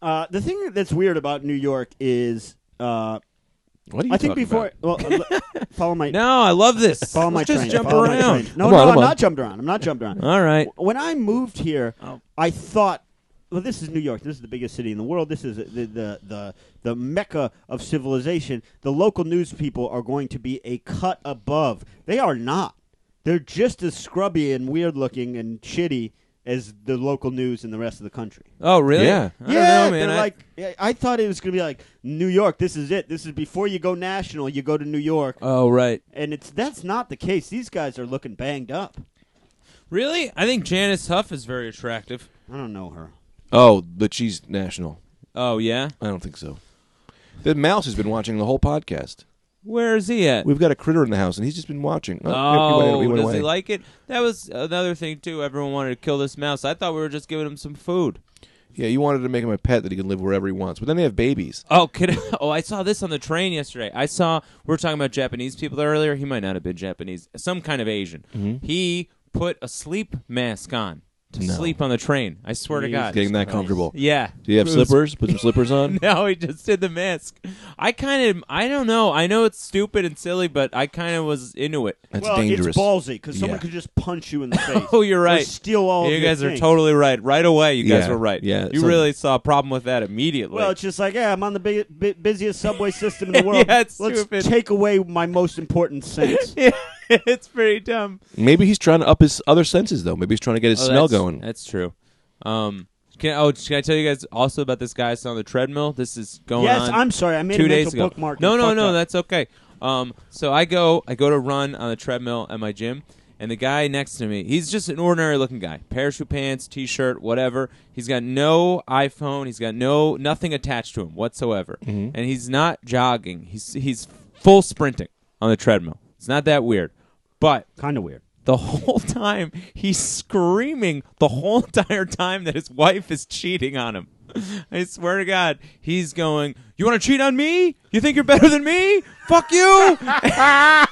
Uh, the thing that's weird about New York is, uh,
*laughs* What do you?
I think
talking
before.
about?
Well, uh,
*laughs*
l- follow my
No, I love this.
follow my
Let's just
train.
jump
follow my
around.
train. No,
Come on,
no,
come
I'm
on.
not jumped around. I'm not jumped around.
All right.
When I moved here,
Oh.
I thought, well, this is New York. This is the biggest city in the world. This is the the the, the mecca of civilization. The local news people are going to be a cut above. They are not. They're just as scrubby and weird looking and shitty as the local news in the rest of the country.
Oh, really?
Yeah.
I don't
yeah,
know, man.
they're
I-
like I- I thought it was gonna be like New York. This is it. This is before you go national. You go to New York,
oh, right.
and it's that's not the case. These guys are looking banged up.
Really? I think Janice Huff is very attractive.
I don't know her.
Oh, but she's national.
Oh, yeah?
I don't think so. The mouse has been watching the whole podcast.
Where is he at?
We've got a critter in the house, and he's just been watching.
Oh,
he went- he went
does
away.
he like it? That was another thing too. Everyone wanted to kill this mouse. I thought we were just giving him some food.
Yeah, you wanted to make him a pet that he can live wherever he wants. But then they have babies.
Oh, kid. Oh, I *laughs* saw this on the train yesterday. I saw we were talking about Japanese people earlier. He might not have been Japanese, some kind of Asian. He put a sleep mask on to
Mm-hmm. No.
sleep on the train. I swear to
He's
God.
Getting that
*laughs*
comfortable.
yeah.
Do you have
It was-
slippers? Put
*laughs*
some slippers on.
No, he just did the mask. I kind of, I don't know. I know it's stupid and silly, but I kind of was into it.
That's
well,
dangerous.
it's ballsy because someone
Yeah.
could just punch
*laughs*
you in the face.
Oh, you're
Or
right.
steal all. of
You
your
guys are
things.
totally right. Right away, you guys
Yeah,
were right.
yeah,
you
so-
really saw a problem with that immediately. *laughs*
Well, *laughs* it's just like, yeah, I'm on the big, bu- busiest subway system in the world.
Yeah, it's
Let's
stupid.
take away my most
*laughs*
important sense.
it's pretty dumb.
Maybe he's trying to up his other senses though. Maybe he's trying to get his smell
Oh, that's,
going.
That's true. Um, can oh, can I tell you guys also about this guy I saw on the treadmill? This is going
yes,
on
I'm sorry. I made
two
a
days
mental
ago.
bookmark.
no,
and
no,
fucked
no,
up.
that's okay. Um, so I go, I go to run on the treadmill at my gym, and the guy next to me, he's just an ordinary looking guy, parachute pants, t-shirt, whatever. He's got no iPhone, he's got no nothing attached to him whatsoever, and he's not jogging. He's he's full sprinting on the treadmill. It's not that weird, but
kind of weird.
the whole *laughs* time he's screaming the whole entire time that his wife is cheating on him. *laughs* I swear to God, he's going, You want
Ah.
to cheat on me? You think you're better than me? Fuck you. *laughs* and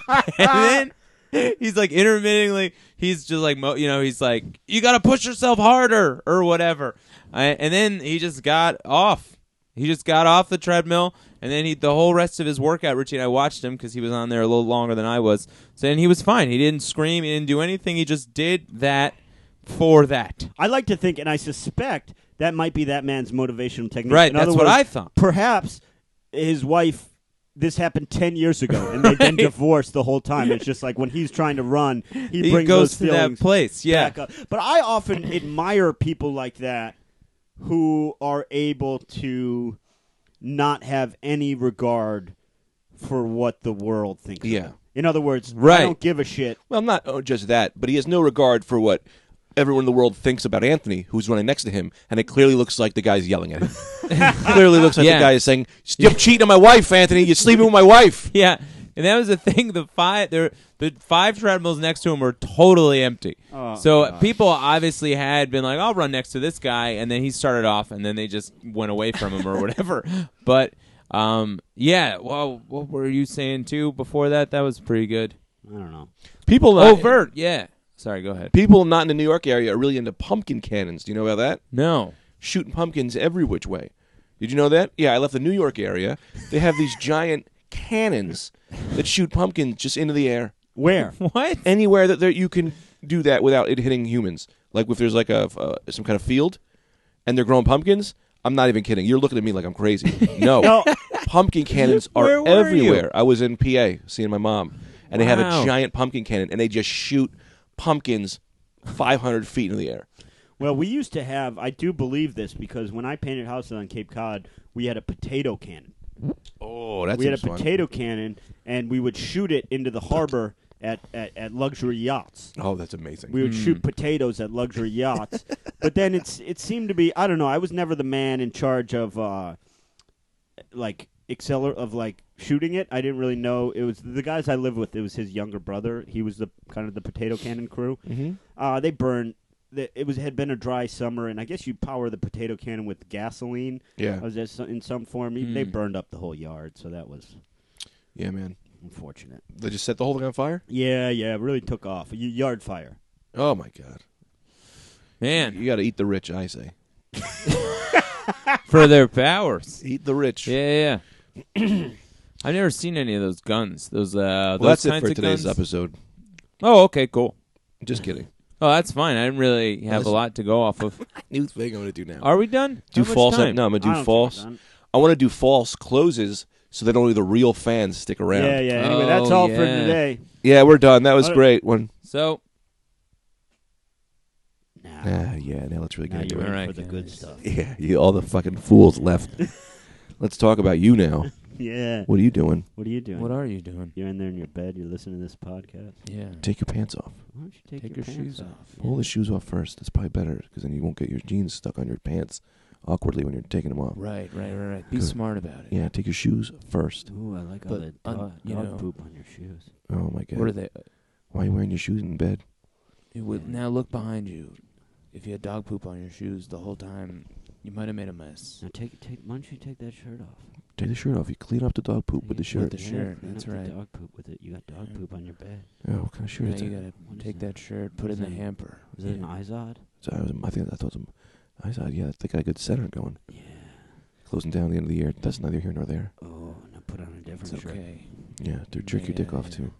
then he's like intermittently. He's just like mo- you know. He's like you got to push yourself harder or whatever. I, and then he just got off. He just got off the treadmill, and then he the whole rest of his workout routine. I watched him because he was on there a little longer than I was. So and he was fine. He didn't scream. He didn't do anything. He just did that for that.
I like to think, and I suspect that might be that man's motivational technique.
Right,
In
that's
other
what
words,
I thought.
Perhaps his wife. This happened ten years ago, and they've
*laughs*
been divorced the whole time. It's just like when he's trying to run, he,
He
brings
goes
those
to that
feelings
place. Yeah.
back up. But I often admire people like that who are able to not have any regard for what the world thinks. of
Yeah.
them. In other words,
Right.
I don't give a shit.
Well, not oh, just that, but he has no regard for what everyone in the world thinks about Anthony, who's running next to him, and it clearly looks like the guy's yelling
*laughs*
at him. clearly looks like
Yeah.
the guy is saying, "You're cheating on my wife, Anthony. You're sleeping with my wife."
*laughs* Yeah, and that was the thing. The five there, the five treadmills next to him were totally empty.
Oh,
so uh, people obviously had been like, "I'll run next to this guy," and then he started off, and then they just went away from him
*laughs*
or whatever. But um, yeah. Well, what were you saying too before that? That was pretty good.
I don't know.
People not,
Overt. Yeah. Sorry. Go ahead.
People not in the New York area are really into pumpkin cannons. Do you know about that?
No.
Shooting pumpkins every which way. Did you know that? Yeah, I left the New York area. They have these giant cannons that shoot pumpkins just into the air.
Where?
What?
anywhere that there, you can do that without it hitting humans. Like if there's like a uh, some kind of field, and they're growing pumpkins. I'm not even kidding. You're looking at me like I'm crazy.
*laughs*
No,
No.
pumpkin cannons are
Where were you?
everywhere. I was in PA seeing my mom, and they have
Wow.
a giant pumpkin cannon, and they just shoot pumpkins 500 feet in the air.
Well, we used to have. I do believe this because when I painted houses on Cape Cod, we had a potato cannon.
Oh, that's
we had a potato cannon, and we would shoot it into the harbor at, at, at luxury yachts.
Oh, that's amazing.
We would shoot potatoes
*laughs*
at luxury yachts. but then it's it seemed to be I don't know. I was never the man in charge of uh, like acceler of like shooting it. I didn't really know. It was the guys I lived with. It was his younger brother. He was the kind of the potato cannon crew. Mm-hmm. Uh, they burned. the- It was had been a dry summer, and I guess you power the potato cannon with gasoline.
Yeah. Hmm.
was that so- in some form. They burned up the whole yard, so that was
yeah, man.
unfortunate.
They just set the whole thing on fire.
Yeah, yeah, it really took off. Y- Yard fire.
Oh my god.
Man,
You got to eat the rich, I say.
for their powers.
Eat the rich.
Yeah, yeah. yeah.
*clears throat*
I've never seen any of those guns. Those uh,
Well,
those
that's it
kinds
for
of
today's
guns.
episode.
Oh, okay, cool.
Just kidding.
Oh, that's fine. I didn't really have a lot to go off of.
New thing I'm gonna do now.
Are we done?
do
How much
false.
time?
No, I'm gonna
I
do
don't
false.
think we're done.
I want to do false closes so that only the real fans stick around.
Yeah, yeah. Anyway, that's
Oh,
all for
yeah.
today.
Yeah, we're done. That was
All right.
great. One.
So
Ah, yeah. Now let's really
Now
get into it.
you're
ready.
in
Alright,
for the
guys.
good stuff.
*laughs* Yeah, you, all the fucking fools left.
*laughs*
let's talk about you now.
*laughs* Yeah.
What are you doing?
What are you doing?
what are you doing?
you're in there in your bed. You're listening to this podcast.
Yeah,
Take your pants off.
Why don't you take,
take
your,
your,
pants
shoes off.
off?
Pull the shoes off first. That's probably better because then you won't get your jeans stuck on your pants awkwardly when you're taking them off.
Right, right, right, right. Be
Good.
smart about it.
Yeah, take your shoes first.
Ooh, I like all
But
the
un-
dog,
you
dog
know-
poop on your shoes.
Oh my god.
What are they?
Why are you wearing your shoes in bed?
It would, now look behind you. If you had dog poop on your shoes the whole time, you might have made a mess.
Now take take. Why don't you take that shirt off?
Take the shirt off. You clean up the dog poop with the
With
shirt.
the shirt.
clean
That's
up the
right.
Dog poop with it. You got dog
Yeah.
poop on your bed.
oh, what kind of shirt
Now
is
you
that?
gotta
What is
take
that?
that shirt, put it
Is
in the
that-
hamper.
Is it
Yeah.
an Izod?
So I, was, I think that's what's. I thought, yeah, I think I got center going,
Yeah.
closing down the end of the year. That's neither here nor there.
Oh, now put on a different
It's
shirt.
okay.
Yeah, to jerk your dick off too.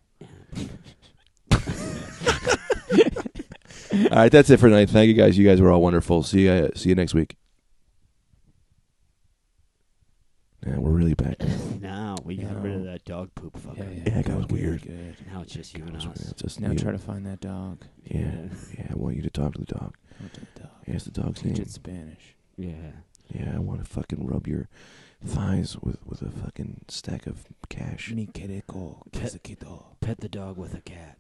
*laughs* all right, that's it for tonight. Thank you guys. You guys were all wonderful. See you. Uh, see you next week. Yeah, we're really back. now.
Now we got rid of that dog poop
Yeah,
fucker.
yeah.
Yeah, that
good,
was
good,
weird.
good.
Now it's just you and
Sorry,
us.
it's just
Now
you.
try to find that dog.
yeah, yeah. I want you to talk to the dog.
Talk to the dog.
Here's the dog's
Teach
name.
it Spanish.
*laughs* Yeah.
Yeah, I want to fucking rub your thighs with with a fucking stack of cash.
Ni quereco,
Pet-
quesaquito.
Pet the dog with a cat.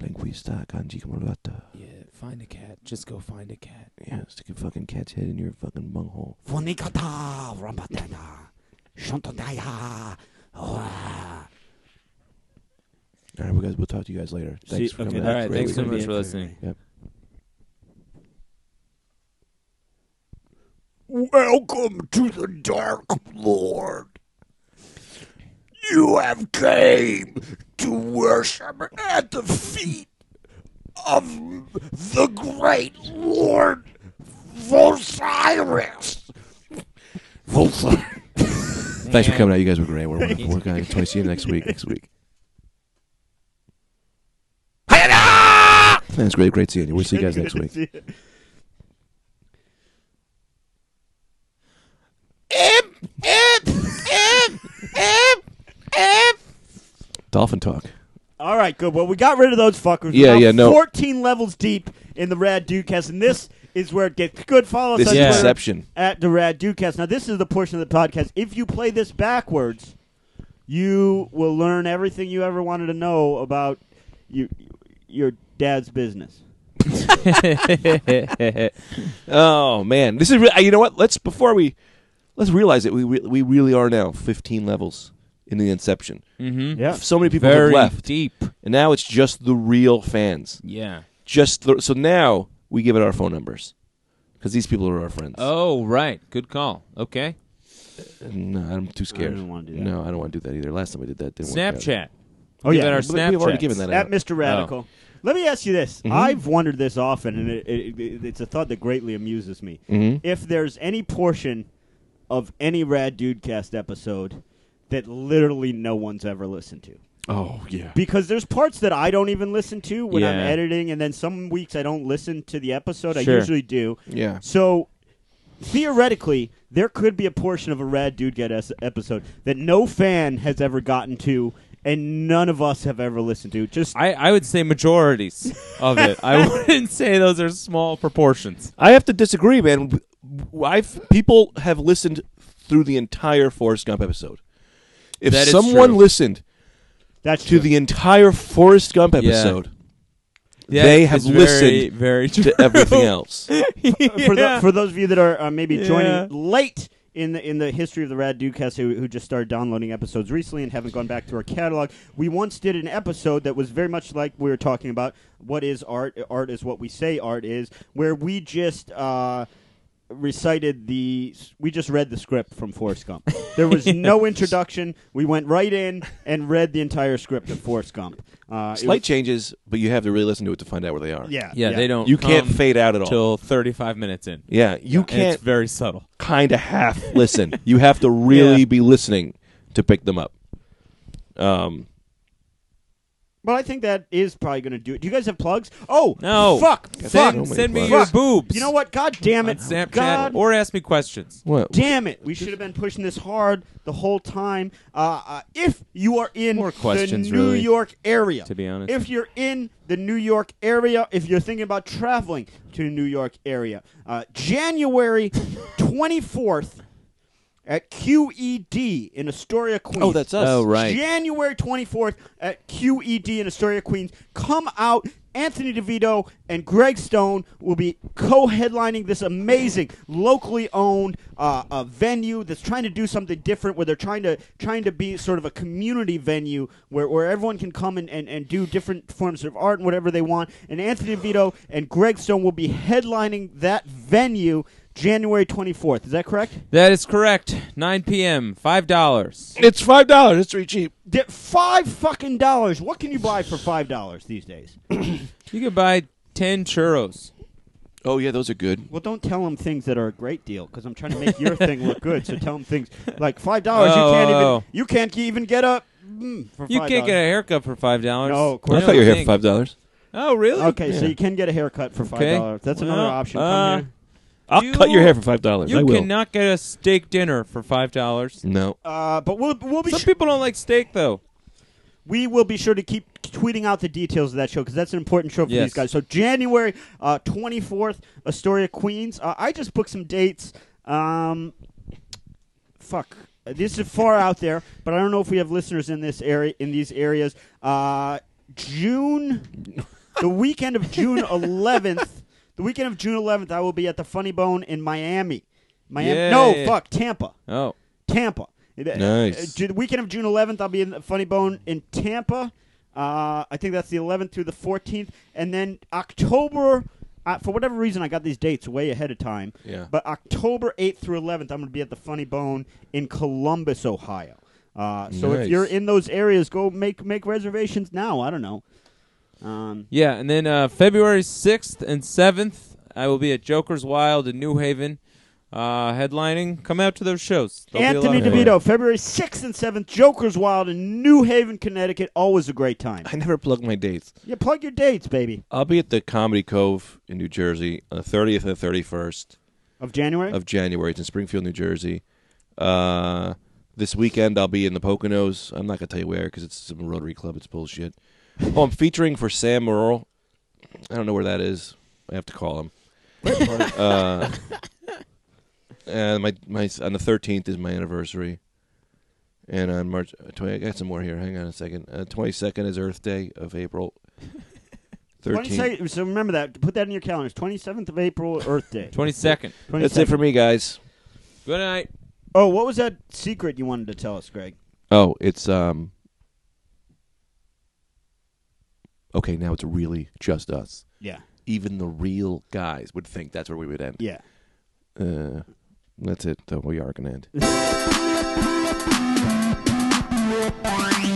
Linguista kanji kamurata.
Yeah, find a cat. Just go find a cat.
Yeah, stick a fucking cat's head in your fucking bunghole.
Funikata, Rambatana, Shantandaya.
All right, we guys, we'll talk to you guys later. Thanks
See-
for
okay,
coming.
that's
out.
All right,
Great
thanks so
weekend.
much for listening.
Welcome to the Dark Lord.
You have came to worship at the feet of the great Lord Osiris. Thanks for coming out. You guys were great. We're, we're, we're going to see you next *laughs* week. Next week. That's great. Great seeing you. We'll see you guys next week. Dolphin talk.
*laughs* All right, good. Well, we got rid of those fuckers.
Yeah,
We're now
yeah, no.
14 levels deep in the Rad Dudecast, and this is where it gets good. Follow us
This
on
is
Yeah.
Twitter
Inception.
at the Rad Dudecast. Now, this is the portion of the podcast. If you play this backwards, you will learn everything you ever wanted to know about you, your dad's business.
Oh man, this is re- you know what? Let's before we let's realize it. We re- we really are now 15 levels in the Inception.
*laughs* mm-hmm.
Yeah.
So many people
Very
have left,
deep.
and now it's just the real fans.
Yeah.
Just the, so now we give it our phone numbers because these people are our friends.
Oh, right. Good call. Okay.
no, I'm too scared.
don't wanna do that.
No, I don't want to do that either. Last time we did that, it didn't Work out.
Snapchat.
Oh,
Give
yeah.
it our
But We've already
Snapchats.
given that
At
out.
Mr. Radical. Let me ask you this. I've wondered this often, and it, it, it, it's a thought that greatly amuses me.
Mhm.
If there's any portion of any Rad Dudecast episode that literally no one's ever listened to.
Oh yeah.
Because there's parts that I don't even listen to when I'm
Yeah.
editing, and then some weeks I don't listen to the episode. I
Sure.
usually do.
Yeah.
So theoretically, there could be a portion of a Rad Dude Get es- episode that no fan has ever gotten to, and none of us have ever listened to. Just
I, I would say majorities
*laughs*
of it. I wouldn't say those are small proportions.
I have to disagree, man. I've people have listened through the entire Forrest Gump episode. If
That is
someone
true.
listened
that's
to
true.
the entire Forrest Gump
*laughs*
episode
Yeah,
They
it's
have
very,
listened
very true.
to everything
*laughs*
else,
for, the,
Yeah.
for those of you that are uh, maybe
Yeah.
joining late in the in the history of the Rad Dudecast who, who just started downloading episodes recently and haven't gone back to our catalog, we once did an episode that was very much like we were talking about what is art? Art is what we say art is, where we just. Uh, Recited the, we just read the script from Forrest Gump. There
*laughs*
was no introduction. We went right in and read the entire script of Forrest Gump. Uh, it
slight
was-
changes, but you have to really listen to it to find out where they are.
yeah,
Yeah, they don't.
you can't
come
fade out at all.
till 35 minutes in.
yeah, you
And
can't
it's very subtle.
kind of half
*laughs*
listen. You have to really
Yeah.
be listening to pick them up. Um,
But I think that is probably going to do it. Do you guys have plugs? Oh
No.
fuck, fuck.
Send,
so many
send me
plugs.
your
Fuck.
boobs.
You know what? God damn
On
it!
Snapchat
God
or ask me questions.
what?
damn it! We should have been pushing this hard the whole time. Uh, uh, if you are in
More questions,
the New
really,
York area,
to be honest.
if you're in the New York area, if you're thinking about traveling to the New York area, uh, January twenty fourth at QED in Astoria, Queens.
Oh, that's us.
Oh, right.
January 24th at QED in Astoria, Queens. Come out. Anthony DeVito and Greg Stone will be co headlining this amazing, locally owned uh, uh, venue that's trying to do something different where they're trying to trying to be sort of a community venue where, where everyone can come and, and, and do different forms of art and whatever they want. And Anthony DeVito and Greg Stone will be headlining that venue January 24th. Is that correct?
That is correct. 9 p.m. Five dollars.
It's five dollars. It's pretty cheap.
Di- Five fucking dollars. What can you buy for five dollars these
*coughs*
days?
You can buy 10 churros.
Oh yeah, those are good.
Well, don't tell them things that are a great deal because I'm trying to make your thing look good. So tell them things like five dollars.
Oh,
you can't even.
oh.
You can't even get a. Mm, for
You
$5.
can't get a haircut for five dollars.
No, of
I
course
thought you were here for
Think.
five dollars.
Oh, really?
Okay, so you can get a haircut for five
Okay.
dollars. That's another
Well,
option.
uh,
Come here.
I'll
You-
cut your hair for five dollars.
You
I will. Mm.
cannot get a steak dinner for five dollars.
No.
Uh, but we'll we'll be
Some
su-
people don't like steak, though.
we will be sure to keep tweeting out the details of that show because that's an important show for
Yes.
these guys. So January uh, 24th, Astoria, Queens. Uh, I just booked some dates. Um, fuck, this is far out there, but I don't know if we have listeners in this area in these areas. Uh, June, the weekend of June 11th, the weekend of June 11th, I will be at the Funny Bone in Miami. Miami?
Yay.
No, fuck, Tampa.
Oh,
Tampa. It-
Nice.
uh, ju- The weekend of June 11th, I'll be in the Funny Bone in Tampa. Uh, I think that's the 11th through the 14th, and then October. Uh, for whatever reason, I got these dates way ahead of time.
Yeah.
But October 8th through 11th, I'm going to be at the Funny Bone in Columbus, Ohio. Uh, so if
Nice.
you're in those areas, go make make reservations now. I don't know. Um,
Yeah, and then uh, February 6th and 7th, I will be at Joker's Wild in New Haven, uh, headlining. Come out to those shows. There'll be a
Anthony
lot of
people.
DeVito, February 6th and 7th, Joker's Wild in New Haven, Connecticut. Always a great time.
I never plug my dates.
You plug your dates, baby.
I'll be at the Comedy Cove in New Jersey on the 30th and 31st
Of January?
of January. It's in Springfield, New Jersey. Uh, this weekend I'll be in the Poconos. I'm not gonna tell you where because it's some Rotary Club. It's bullshit. Oh, I'm featuring for Sam Merle. I don't know where that is. I have to call him. *laughs* uh, and my my on the 13th is my anniversary. And on March 20, I got some more here. Hang on a second. Uh, 22nd is Earth Day of April. 13th.
22nd so remember that. Put that in your calendars. 27th of April, Earth
*laughs*
Day.
22nd.
That's it
22nd.
for me, guys.
Good night.
Oh, what was that secret you wanted to tell us, Greg?
Oh, it's um. Okay, now it's really just us.
Yeah.
Even the real guys would think that's where we would end.
Yeah.
Uh, that's it. Though we are gonna end.